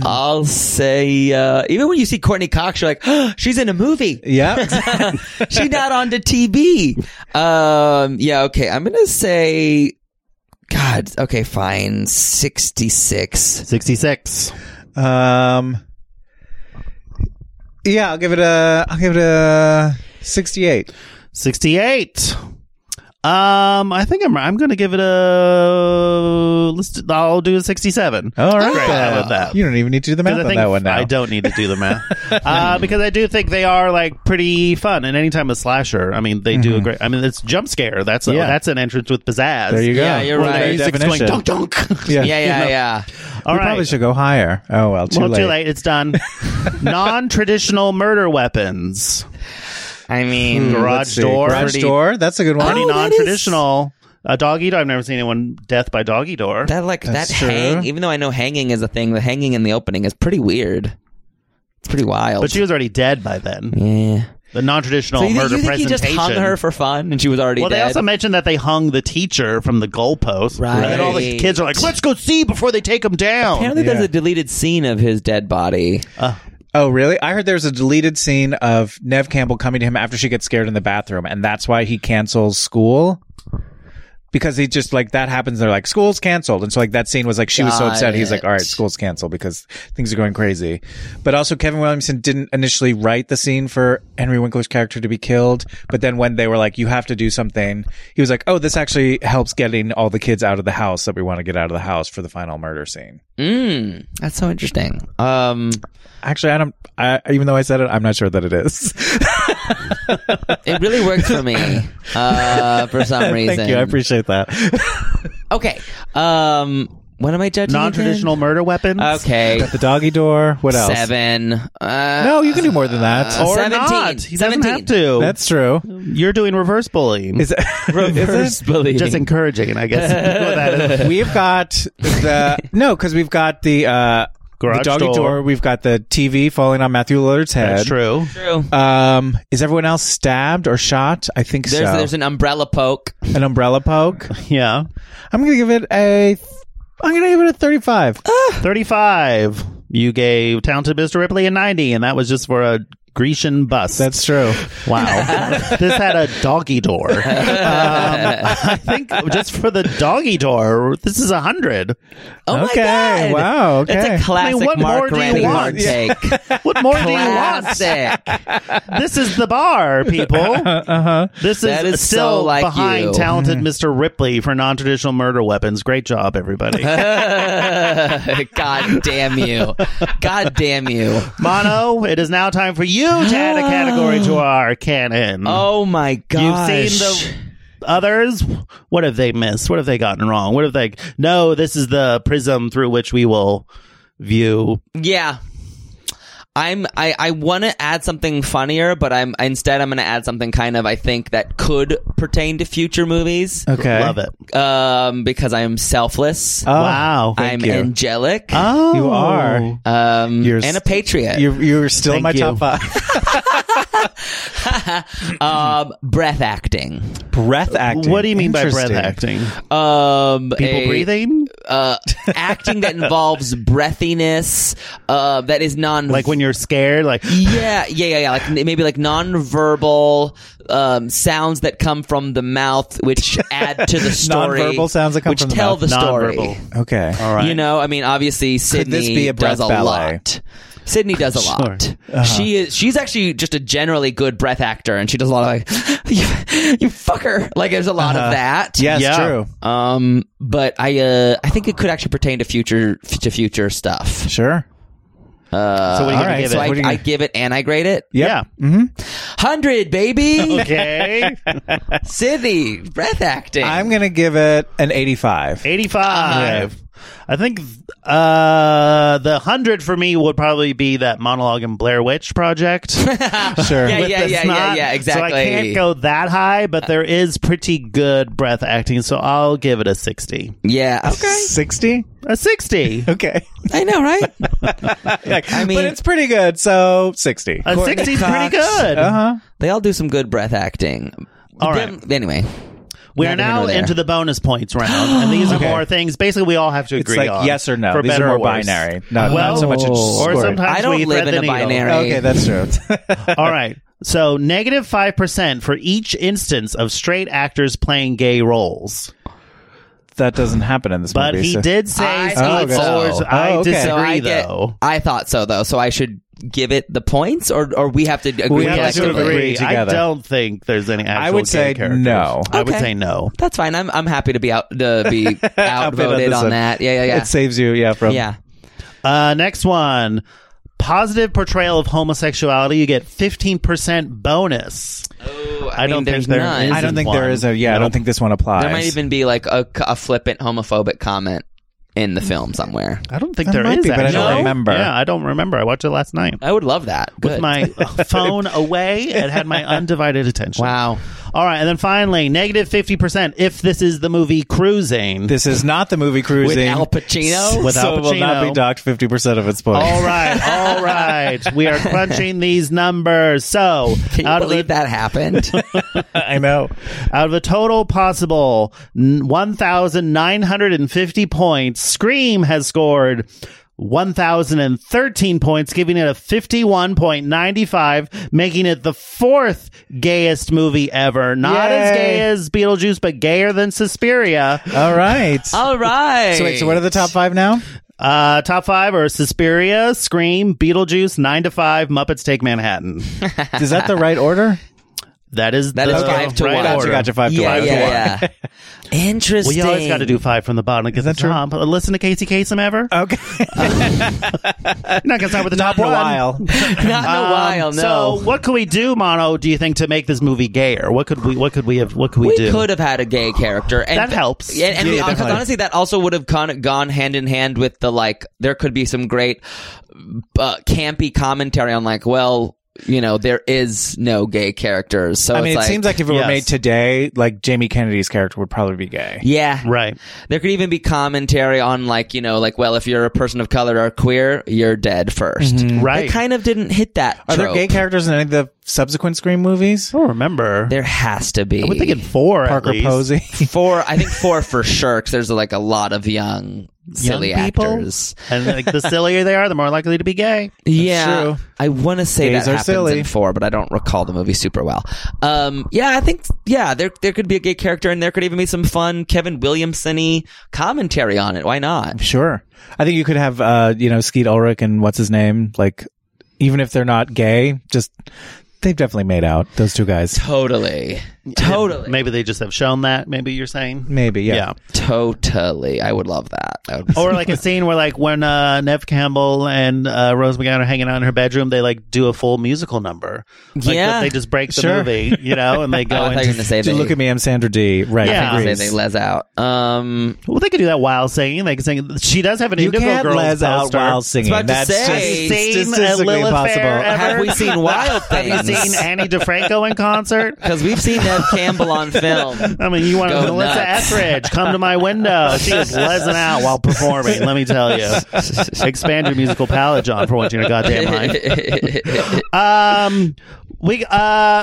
D: I'll say, uh, even when you see Courtney Cox, you're like, "Oh, she's in a movie.
C: [LAUGHS] Yeah,
D: [LAUGHS] She's not on the TV. Um, yeah, okay. I'm gonna say, God, okay, fine, sixty six.
B: 66.
C: um, yeah. I'll give it a. I'll give it a sixty-eight.
B: 68. Um, I think I'm. I'm gonna give it a. Let's. do- I'll do a 67.
C: All right,
B: Great,
C: then.
B: I love that.
C: You don't even need to do the math
B: Because I
C: on
B: think
C: that one now.
B: I don't need to do the math uh, because I do think they are like pretty fun. And anytime a slasher, I mean, they do a great. I mean, it's jump scare. That's a,
C: Yeah.
B: that's an entrance with pizzazz.
C: There you go.
D: Yeah, you're
B: Where
D: right.
B: the
D: By
B: music's going
C: definition.
B: dunk dunk.
C: Yeah.
D: Yeah, yeah, yeah.
B: All
C: we
B: right.
C: probably should go higher. Oh well, too
B: well,
C: late.
B: too late. It's done. Non-traditional murder weapons.
D: I mean,
B: Garage door.
C: Garage
B: Pretty-
C: door. That's a good one.
B: Pretty
D: Oh, that is-
B: non-traditional. A dog eat. I've never seen anyone death by dog eat or.
D: That like
C: That's
D: that
C: true.
D: hang. Even though I know hanging is a thing, the hanging in the opening is pretty weird. It's pretty wild.
B: But she was already dead by then.
D: yeah.
B: The non-traditional
D: So you, think-
B: murder
D: you think he just
B: presentation.
D: hung her for fun and she was already
B: well,
D: dead?
B: they also mentioned that they hung the teacher from the goalpost,
D: Right.
B: And all the kids are like, "Let's go see before they take him down."
D: Apparently, there's a deleted scene of his dead body.
C: Oh, really? I heard there's a deleted scene of Nev Campbell coming to him after she gets scared in the bathroom, and that's why he cancels school. Because he just like that happens, they're like, school's canceled. And so, like, that scene was like, she was so
D: Got
C: upset. He's
D: it.
C: like, all right, school's canceled because things are going crazy. But also, Kevin Williamson didn't initially write the scene for Henry Winkler's character to be killed. But then when they were like, you have to do something, he was like, oh, this actually helps getting all the kids out of the house that we want to get out of the house for the final murder scene.
D: Mm, that's so interesting. Um,
C: Actually, I don't, I, even though I said it, I'm not sure that it is.
D: it really worked
C: [LAUGHS]
D: for me uh, for some reason.
C: Thank you. I appreciate that.
D: Okay. Um, what am I judging? again?
B: non-traditional murder weapons.
D: Okay.
C: Got the doggy door. What else?
D: Seven. Uh,
C: No, you can do more than that.
D: Uh,
B: or
D: Seventeen.
B: not. He doesn't
D: Seventeen.
B: have to.
C: That's true.
B: You're doing reverse bullying.
C: Is it,
D: reverse
C: is it? [LAUGHS]
D: bullying.
B: just encouraging, I guess. [LAUGHS] is what that is.
C: We've got
D: [LAUGHS]
C: the no, because we've got the uh, the
B: Garage
C: doggy door.
B: door.
C: We've got the TV falling on Matthew Lillard's head.
B: That's true.
D: True.
C: Um, is everyone else stabbed or shot? I think
D: There's
C: so.
D: there's an umbrella poke.
C: an umbrella poke.
B: Yeah.
C: I'm gonna give it a. I'm gonna give it a 35.
D: Oh.
B: 35. You gave Talented Mr. Ripley a 90, and that was just for a Grecian bus.
C: That's true.
B: [LAUGHS] wow. this had a doggy door. [LAUGHS] Um, I think just for the doggy door, this is a 100.
D: Oh
C: Okay,
D: my god!
C: wow, okay. I mean,
D: That's a classic
B: what more
D: Mark
B: do you
D: Rennie
B: want?
D: take.
B: [LAUGHS] What more do you want?
D: classic. [LAUGHS]
B: This is the
C: [LAUGHS]
B: bar, people.
C: Uh-huh.
B: This is,
D: That is so
B: still
D: like
B: behind
D: you.
B: Talented
C: Mm-hmm.
B: Mr. Ripley for non traditional murder weapons. Great job,
D: [LAUGHS]
B: everybody.
D: God damn you! God damn you!
B: Mono, it is now time for you to add
C: Ah.
B: a category to our canon.
D: Oh my god!
B: You've seen the others. What have they missed? What have they gotten wrong? What have they? No, this is the prism through which we will view.
D: Yeah. I'm I, I want to add something funnier, but I'm instead I'm going to add something kind of I think that could pertain to future movies.
C: Okay.
B: Love it.
D: Um because I'm selfless.
C: Oh,
B: wow.
D: I'm
C: you.
D: angelic.
B: Oh,
C: You are.
D: um
C: You're s-
D: and a patriot.
C: You're, you're still in my
B: Thank you.
C: top five.
D: um breath acting.
C: breath acting.
B: What do you mean by breath
C: Interesting.
B: acting?
D: Um
B: People
D: a-
B: breathing,
D: uh acting that involves breathiness uh that is non
B: like when you're scared, like
D: yeah, yeah, yeah, yeah. Like n- maybe like nonverbal um, sounds that come from the mouth, which
C: [LAUGHS]
D: add to the story.
C: Nonverbal sounds that come
D: which
C: from the
D: tell
C: mouth.
D: the story.
B: Nonverbal.
C: Okay. All
D: You know, I mean, obviously, Sydney
C: this be a breath
D: does a
C: ballet? Uh-huh.
D: lot. Sydney does a lot. She is. She's actually just a generally good breath actor, and she does a lot of [LAUGHS] like, you, you fucker. Like there's a lot of that.
C: Uh-huh. Yes,
B: Yeah.
C: true.
D: Um. But I. Uh. I think it could actually pertain to future to future stuff.
C: Sure.
B: so what are you
C: all
B: gonna
C: right,
B: give
D: So
B: it?
D: I,
C: What do you-
D: I give it and I grade it
B: yeah.
D: hundred, baby.
B: [LAUGHS] Okay.
D: Sydney, breath acting.
C: I'm gonna give it an 85.
B: 85. I think uh, the 100 for me would probably be that monologue in Blair Witch Project.
D: [LAUGHS]
C: Sure.
D: Yeah, yeah,
B: with the
D: yeah, yeah,
B: snot.
D: yeah, exactly.
B: So I can't go that high, but there is pretty good breath acting, so I'll give it a 60. [LAUGHS]
D: Yeah. Okay.
C: 60.
B: A 60.
C: Okay.
D: I
B: [LAUGHS]
D: know, right?
C: [LAUGHS] Like,
D: I mean-
C: but it's pretty good. So 60.
B: A
D: Courtney
B: 60 is
D: Cox.
B: pretty good.
C: Uh-huh.
D: they all do some good breath acting.
B: All
D: Them- Anyway,
B: We are
D: Neither here
B: now
D: nor there.
B: into the bonus points round, and these are more things. Basically, we all have to
C: It's
B: agree
C: like
B: on
C: yes or no.
B: For
C: These
B: better
C: are
B: or
C: more
B: worse.
C: binary. Not,
B: Well,
C: not so much a
B: or
C: score.
B: sometimes
D: I don't
B: we
D: live
B: thread
D: in
B: the
D: a
B: needle.
D: binary.
C: Okay, that's [LAUGHS] true.
B: All right. So negative five percent for each instance of straight actors playing gay roles.
C: that doesn't happen in this
B: But
C: movie.
B: he
C: so- [LAUGHS]
B: did say
D: I
B: Scott
D: thought so.
B: Storch- I
C: Oh, okay.
B: disagree
D: so I get.
B: though.
D: I thought so though. So I should give it the points, or or we have to agree.
C: have to
D: collectively.
C: agree.
B: I
C: together.
B: don't think there's any. Actual
C: I would
B: gay
C: say
B: characters.
C: no.
B: I would
D: Okay.
B: say no.
D: That's fine. I'm I'm happy to be out to
B: [LAUGHS]
D: be
C: Outbid on
D: outvoted
C: this
D: on,
C: one.
D: that. Yeah, yeah, yeah.
C: It saves you, yeah, from
D: yeah.
B: Uh, next one. Positive portrayal of homosexuality. You get 15% bonus. I,
D: mean,
B: don't
D: there's
B: think there
D: none.
B: is
C: I don't think there
B: one.
C: is a yeah, I
B: Nope.
C: don't think this one applies.
D: There might even be like a, a flippant homophobic comment in the film somewhere.
B: I don't think
C: There
B: there
C: might
B: is,
C: be, but I don't
B: actually.
C: remember.
B: Yeah, I don't remember. I watched it last night.
D: [LAUGHS] I would love that.
B: With
D: Good.
B: my phone away, it had my undivided attention.
D: wow.
B: All right, and then finally, negative fifty percent if this is the movie Cruising.
C: This is not the movie Cruising.
D: Al Pacino?
C: With
B: With Al
C: Al Pacino. So it will not
B: Pacino.
C: be docked 50% of its points.
B: all right,
D: [LAUGHS]
B: all right. We are crunching these numbers. So,
D: Can you
B: out of the
D: believe that happened?
B: [LAUGHS]
C: I know.
B: Out of a total possible n- 1,950 points, Scream has scored 1,013 points, giving it a 51.95, making it the fourth gayest movie ever. Not as
C: Yay.
B: gay as Beetlejuice, but gayer than Suspiria.
C: All right.
D: All right.
C: So wait, so what are the top five now?
B: Uh, top five are Suspiria, Scream, Beetlejuice, 9 to 5, Muppets Take Manhattan.
D: [LAUGHS]
C: Is that the right order?
B: That is
D: That
B: the
D: is five to
B: right
D: one.
C: Gotcha,
B: order.
C: gotcha, five to
D: yeah,
C: one. [LAUGHS]
D: yeah, yeah.
B: Well,
D: Interesting.
B: you always got to do five from the bottom because that's
C: that true?
B: top. Uh, Listen to Casey Kasem ever?
C: Okay.
B: You're not gonna start with the top
C: For a [LAUGHS]
B: one.
C: while.
D: [LAUGHS] not in a
B: Um,
D: while. No.
B: So, what could we do, Mono? Do you think to make this movie gayer? What could we? What could we have? What could we,
D: we
B: do?
D: could have had a gay character, and
B: That helps.
D: And, and
B: Yeah,
D: the- 'cause
B: definitely.
D: honestly, that also would have gone, gone hand in hand with the like. There could be some great uh, campy commentary on like, well, you know, there is no gay characters. So
C: I
D: it's
C: mean, it
D: like,
C: seems like if it
B: yes.
C: were made today, like Jamie Kennedy's character would probably be gay.
D: yeah,
B: Right.
D: There could even be commentary on like, you know, like, well, if you're a person of color or queer, you're dead 1st
B: Mm-hmm. Right.
D: It kind of didn't hit that.
C: Are there
D: trope.
C: gay characters in any of the subsequent Scream movies?
B: I don't remember.
D: There has to be.
B: I would think in four. at
C: Parker
B: least.
C: Posey. [LAUGHS]
D: four. I think four for sure. 'cause there's like a lot of young,
B: Young
D: silly
B: people.
D: actors.
B: and like the sillier they are, the more likely to be gay.
D: Yeah,
C: true.
D: I want to say
C: Gays
D: that
C: are
D: happens
C: silly.
D: in four, but I don't recall the movie super well. Um, yeah, I think yeah, there there could be a gay character, and there could even be some fun Kevin Williamson-y commentary on it. Why not?
C: Sure. I think you could have, uh, you know, Skeet Ulrich and what's his name? Like, even if they're not gay, just they've definitely made out, those two guys.
D: Totally, totally,
B: Maybe they just have shown that. Maybe you're saying.
C: Maybe, yeah.
D: totally. I would love that. I would-
B: Or like a scene where like when uh, Nev Campbell and uh, Rose McGowan are hanging out in her bedroom, they like do a full musical number. Like,
D: Yeah.
B: They just break the
C: Sure.
B: movie, you know,
D: [LAUGHS]
B: and they
D: Oh,
B: go.
D: [LAUGHS] I thought you were
B: into,
D: gonna say they
C: Just look at me, I'm Sandra D. Right.
B: Yeah.
C: from
D: Say
C: Grease.
D: they les out. Um,
B: well, they could do that while singing. They could sing. She does have an
C: you
B: Indigo
C: can't
B: Girls
C: les out
B: poster.
C: while singing.
D: about to
C: That's
D: say,
C: just
B: Seen a
C: statistically
B: Lilith
C: impossible.
B: Fair ever?
D: have
B: [LAUGHS]
D: we seen Wild
B: Have
D: Things?
B: you seen Annie DeFranco
C: [LAUGHS]
B: in concert?
D: Because we've seen Nev Campbell on film.
B: [LAUGHS] I mean, you want
D: Go
B: Melissa
D: nuts. [LAUGHS]
B: Etheridge come to my window? She is lesing out while performing. Let me
C: [LAUGHS]
B: tell you, expand your musical palate, John, for once in your goddamn life.
C: [LAUGHS]
B: Um, we uh,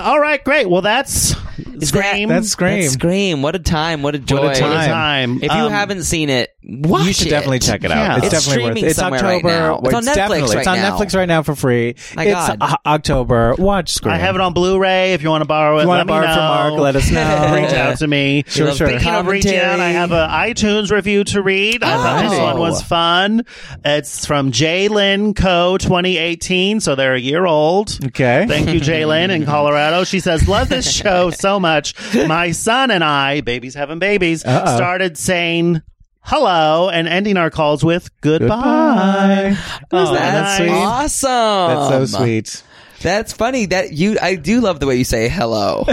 B: all right, great. Well, that's scream.
C: That's Scream.
D: That's Scream. What a time. What a joy.
C: What a
B: What a time.
D: If you
B: Um,
D: haven't seen it, watch
C: you should
D: it.
C: definitely check it out.
B: Yeah.
C: It's,
B: It's
C: definitely worth
D: streaming
C: it. It's
D: somewhere
C: October.
D: right now. It's on
C: it's
D: Netflix
C: definitely, it's
D: right
C: on
D: now.
C: Netflix right now for free.
D: My
C: it's
D: God.
C: O- October. Watch Scream.
B: I have it on Blu-ray. If you want to borrow it,
C: You want
B: let
C: to borrow
B: me
C: it
B: know.
C: from Mark? Let
B: [LAUGHS]
C: us know.
B: Reach out to me.
C: Sure,
D: love
C: sure.
D: big
B: Speaking of reaching out, I
D: commentary.
B: have an iTunes review to read. I thought this
D: Oh.
B: one was fun. It's from Jalen Co. 2018, so they're a year old.
C: Okay.
B: Thank you,
C: [LAUGHS]
B: Jalen in Colorado. She says, Love this show so much. My son and I, babies having babies,
C: Uh-oh.
B: started saying hello and ending our calls with goodbye.
C: Goodbye.
B: Oh,
D: That's
B: nice.
D: awesome.
C: That's so sweet.
D: That's funny. That you, I do love the way you say
C: [LAUGHS]
D: hello.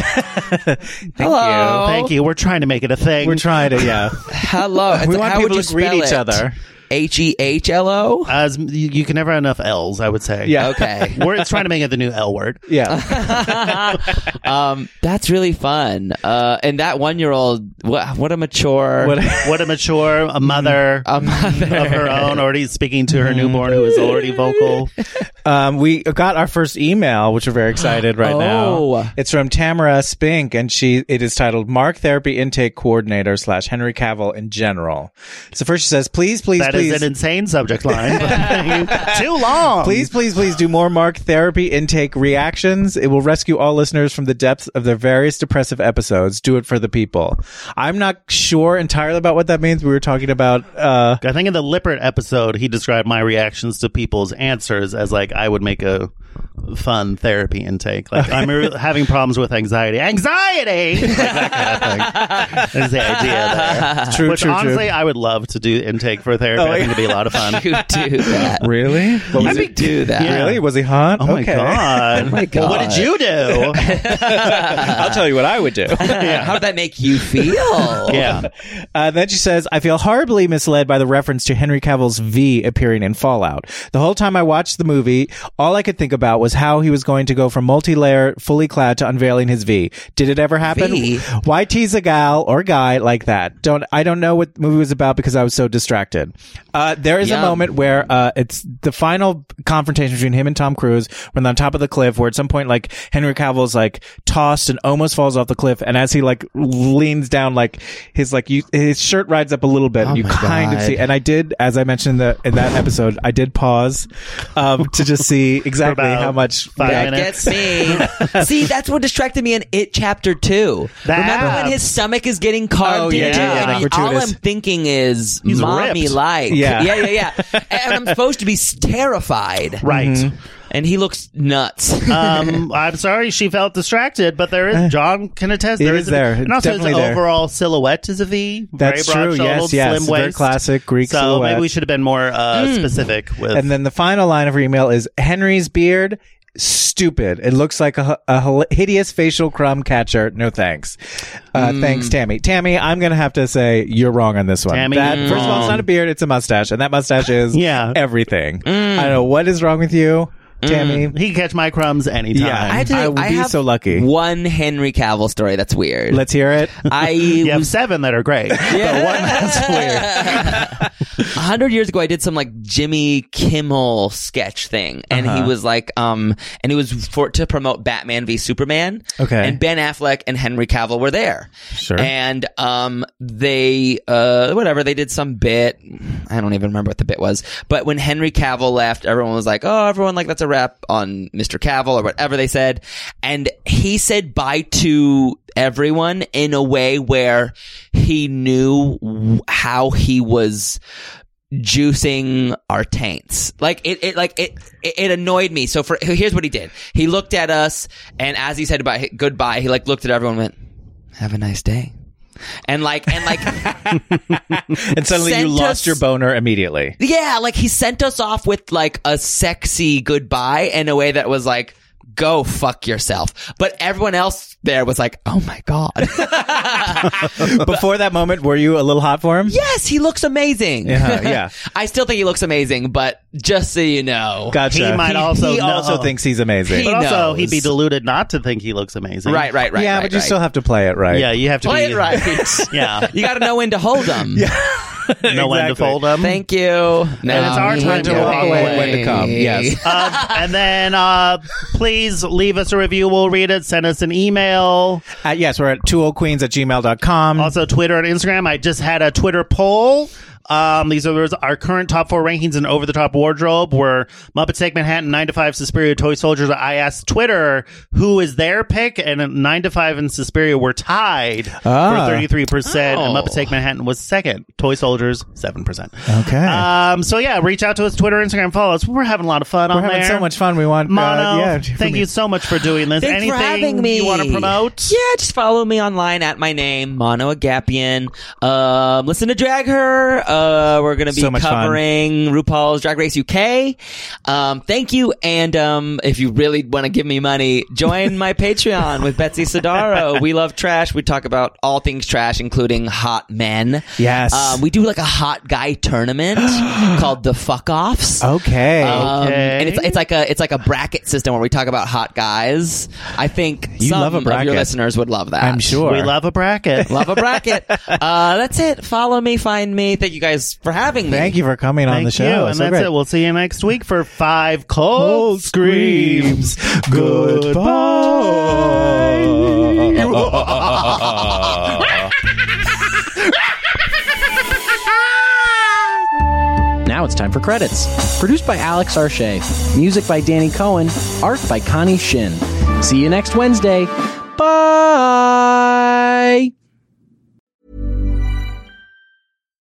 D: hello.
B: Thank you. We're trying to make it a thing.
C: We're trying to, yeah.
D: Hello. [LAUGHS] It's-
C: we want
D: how would
C: people
D: you
C: to greet
D: spell
C: each
D: it?
C: other.
D: H E H L O.
B: As you, you can never have enough L's, I would say.
C: Yeah.
D: Okay.
B: We're it's trying to make it the new L word.
D: [LAUGHS]
C: Yeah.
D: um, that's really fun. Uh, and that one year old, what, what a mature.
C: What-
B: What a mature a
C: [LAUGHS]
B: mother
D: a [LAUGHS] mother.
B: of her own, already speaking to her
C: Mm-hmm.
B: newborn who is already
C: [LAUGHS]
B: vocal.
C: um, we got our first email, which we're very excited right
D: Oh.
C: now. It's from Tamara Spink, and she it is titled "Mark Therapy Intake Coordinator slash Henry Cavill in General." So first she says, "Please, please,
B: That is
C: please."
B: an insane subject line. but
C: [LAUGHS]
B: thank you. Too long.
C: Please, please, please do more Mark therapy intake reactions. It will rescue all listeners from the depths of their various depressive episodes. Do it for the people. I'm not sure entirely about what that means. We were talking about uh,
B: I think in the Lippert episode, he described my reactions to people's answers as like I would make a fun therapy intake. Like I'm
C: [LAUGHS]
B: re- having problems with anxiety. Anxiety. Like that
C: [LAUGHS]
B: kind of thing. Is the idea there?
C: true,
B: Which
C: true, Oh,
B: honestly, I would love to do intake for therapy. I think it'd be a lot of fun.
D: you do that.
C: true. Really? What was
D: You
C: it?
D: do that.
B: Yeah.
C: Really? Was he hot?
B: Oh my
C: [LAUGHS] Okay.
B: god!
D: my
B: Well, what did
D: God.
B: you do?
C: [LAUGHS] I'll tell you what I would do.
D: How did that make you feel?
B: yeah.
C: [LAUGHS] Uh, then she says, I feel horribly misled by the reference to Henry Cavill's V appearing in Fallout. The whole time I watched the movie, all I could think about about was how he was going to go from multi-layer, fully clad to unveiling his V. Did it ever happen?
D: V?
C: Why tease a gal or guy like that? Don't I don't know what the movie was about because I was so distracted. Uh, there is
D: Yum.
C: a moment where uh, it's the final confrontation between him and Tom Cruise when they're on top of the cliff, where at some point like Henry Cavill's like tossed and almost falls off the cliff, and as he like leans down, like his like you, his shirt rides up a little bit, and you
D: Oh my
C: kind of
D: God.
C: see. And I did, as I mentioned in, the, in that episode, I did pause um, to just
D: [LAUGHS]
C: see exactly
B: about
C: how much
B: five
C: Yeah.
D: That
B: minutes.
D: gets
C: [LAUGHS]
D: me. See, that's what distracted me in It Chapter Two.
B: That-
D: Remember when his stomach is getting carved
C: Oh, yeah,
D: into?
C: yeah, yeah,
D: and
C: that
D: all I'm
C: gratuitous.
D: thinking is
B: He's
D: mommy
B: ripped.
D: like.
C: Yeah.
D: yeah, yeah,
C: [LAUGHS]
D: yeah. And I'm supposed to be s- terrified.
B: Right.
D: And he looks nuts.
C: Uh, [LAUGHS]
B: um, I'm sorry she felt distracted, but there is John can attest.
C: It
B: there
C: is
B: a-
C: there. It's
B: and also his
C: definitely there.
B: overall silhouette is a V.
C: That's
B: very
C: true. Yes,
B: broad-shouldered,
C: yes.
B: slim
C: Very
B: waist.
C: classic Greek
B: So
C: silhouette.
B: maybe we should have been more uh,
D: Mm.
B: specific with.
C: And then the final line of her email is Henry's beard. Stupid. It looks like a, a hideous facial crumb catcher. No thanks. Uh, Thanks, Tammy. Tammy, I'm going to have to say you're wrong on this one.
B: Tammy,
C: that,
B: you're
C: first of all, it's
B: wrong.
C: not a beard, it's a mustache. And that mustache is [LAUGHS]
B: Yeah.
C: everything. I don't know what is wrong with you, Tammy.
B: he can catch my crumbs anytime.
C: Yeah,
D: I, had to,
C: I would
D: I
C: be
D: have
C: so lucky.
D: One Henry Cavill story that's weird.
C: Let's hear [LAUGHS] it.
D: I
B: you have seven that are
D: [LAUGHS]
B: great. But one that's weird.
D: A hundred years ago, I did some like Jimmy Kimmel sketch thing, and
C: Uh-huh.
D: he was like, um, and it was for to promote Batman v Superman.
C: Okay.
D: and Ben Affleck and Henry Cavill were there.
C: Sure.
D: and um, they uh, whatever they did some bit. I don't even remember what the bit was, but when Henry Cavill left, everyone was like, oh, everyone like that's a wrap on Mr. Cavill or whatever they said, and he said bye to everyone in a way where he knew w- how he was juicing our taints. Like it, it like it, it, it annoyed me. So for here's what he did. He looked at us, and as he said goodbye, goodbye he like looked at everyone, and went, "Have a nice day," and like and [LAUGHS] like.
C: And suddenly you
D: Sent
C: lost
D: us-
C: your boner immediately.
D: Yeah, like he sent us off with like a sexy goodbye in a way that was like, go fuck yourself. But everyone else there was like, oh my [LAUGHS] God.
C: Before that moment, were you a little hot for him?
D: yes, he looks amazing.
C: Yeah, yeah.
D: [LAUGHS] I still think he looks amazing, but just so you know.
C: Gotcha.
B: He might also
C: he
B: know-
C: also thinks he's amazing.
D: He
B: But also,
D: knows.
B: he'd be deluded not to think he looks amazing.
D: Right, right, right.
C: yeah,
D: right,
C: but you
D: right.
C: still have to play it right.
B: Yeah, you have to
D: Play
B: be
D: it right.
B: [LAUGHS] Yeah,
D: you got to know when to hold them.
B: know when to fold them.
D: Thank you. No,
B: And it's our time to walk away.
C: Um, When to come, yes.
B: um, and then uh, please leave us a review. We'll read it. Send us an email.
C: Uh, yes, we're at two old queens at gmail.com.
B: Also, Twitter and Instagram. I just had a Twitter poll. Um, these are those- our current top four rankings in Over the Top Wardrobe were Muppets Take Manhattan, 9 to 5, Suspiria, Toy Soldiers. I asked Twitter who is their pick, and 9 to 5 and Suspiria were tied
C: Ah.
B: for 33%, and
D: Oh.
B: Muppets Take Manhattan was second. Toy Soldiers, 7%.
C: Okay.
B: Um, so, yeah, reach out to us, Twitter, Instagram, follow us. We're having a lot of fun
C: we're
B: on
C: having
B: there.
C: so much fun. We want,
B: Mono,
C: uh, yeah.
B: thank you so much for doing this.
D: Thanks
B: Anything
D: for having me.
B: you want to promote?
D: Yeah, just follow me online at my name, Mono Agapian. Um, listen to Drag Her. Uh, we're gonna be
C: So much fun.
D: covering RuPaul's Drag Race UK. Um, thank you, and um, if you really want to give me money, join
C: [LAUGHS]
D: my Patreon with Betsy Sodaro. We love trash. We talk about all things trash, including hot men.
C: Yes.
D: Um, we do like a hot guy tournament [GASPS] called the Fuck Offs.
C: Okay.
D: Um,
B: Okay.
D: and it's, it's like a it's like a bracket system where we talk about hot guys. I think
C: You
D: some
C: love a
D: of
C: bracket.
D: your listeners would love that.
C: I'm sure.
B: We love
C: [LAUGHS]
B: a bracket.
D: Love a bracket. uh, that's it. Follow me, find me. Thank you guys for having me.
C: Thank you for coming on
B: Thank
C: the show.
B: You. And
C: So
B: that's
C: great.
B: it. We'll see you next week for five
C: Old
B: cold
C: screams.
B: screams.
C: Goodbye.
E: Now it's time for credits. Produced by Alex Arche. Music by Danny Cohen. Art by Connie Shin. See you next Wednesday. Bye.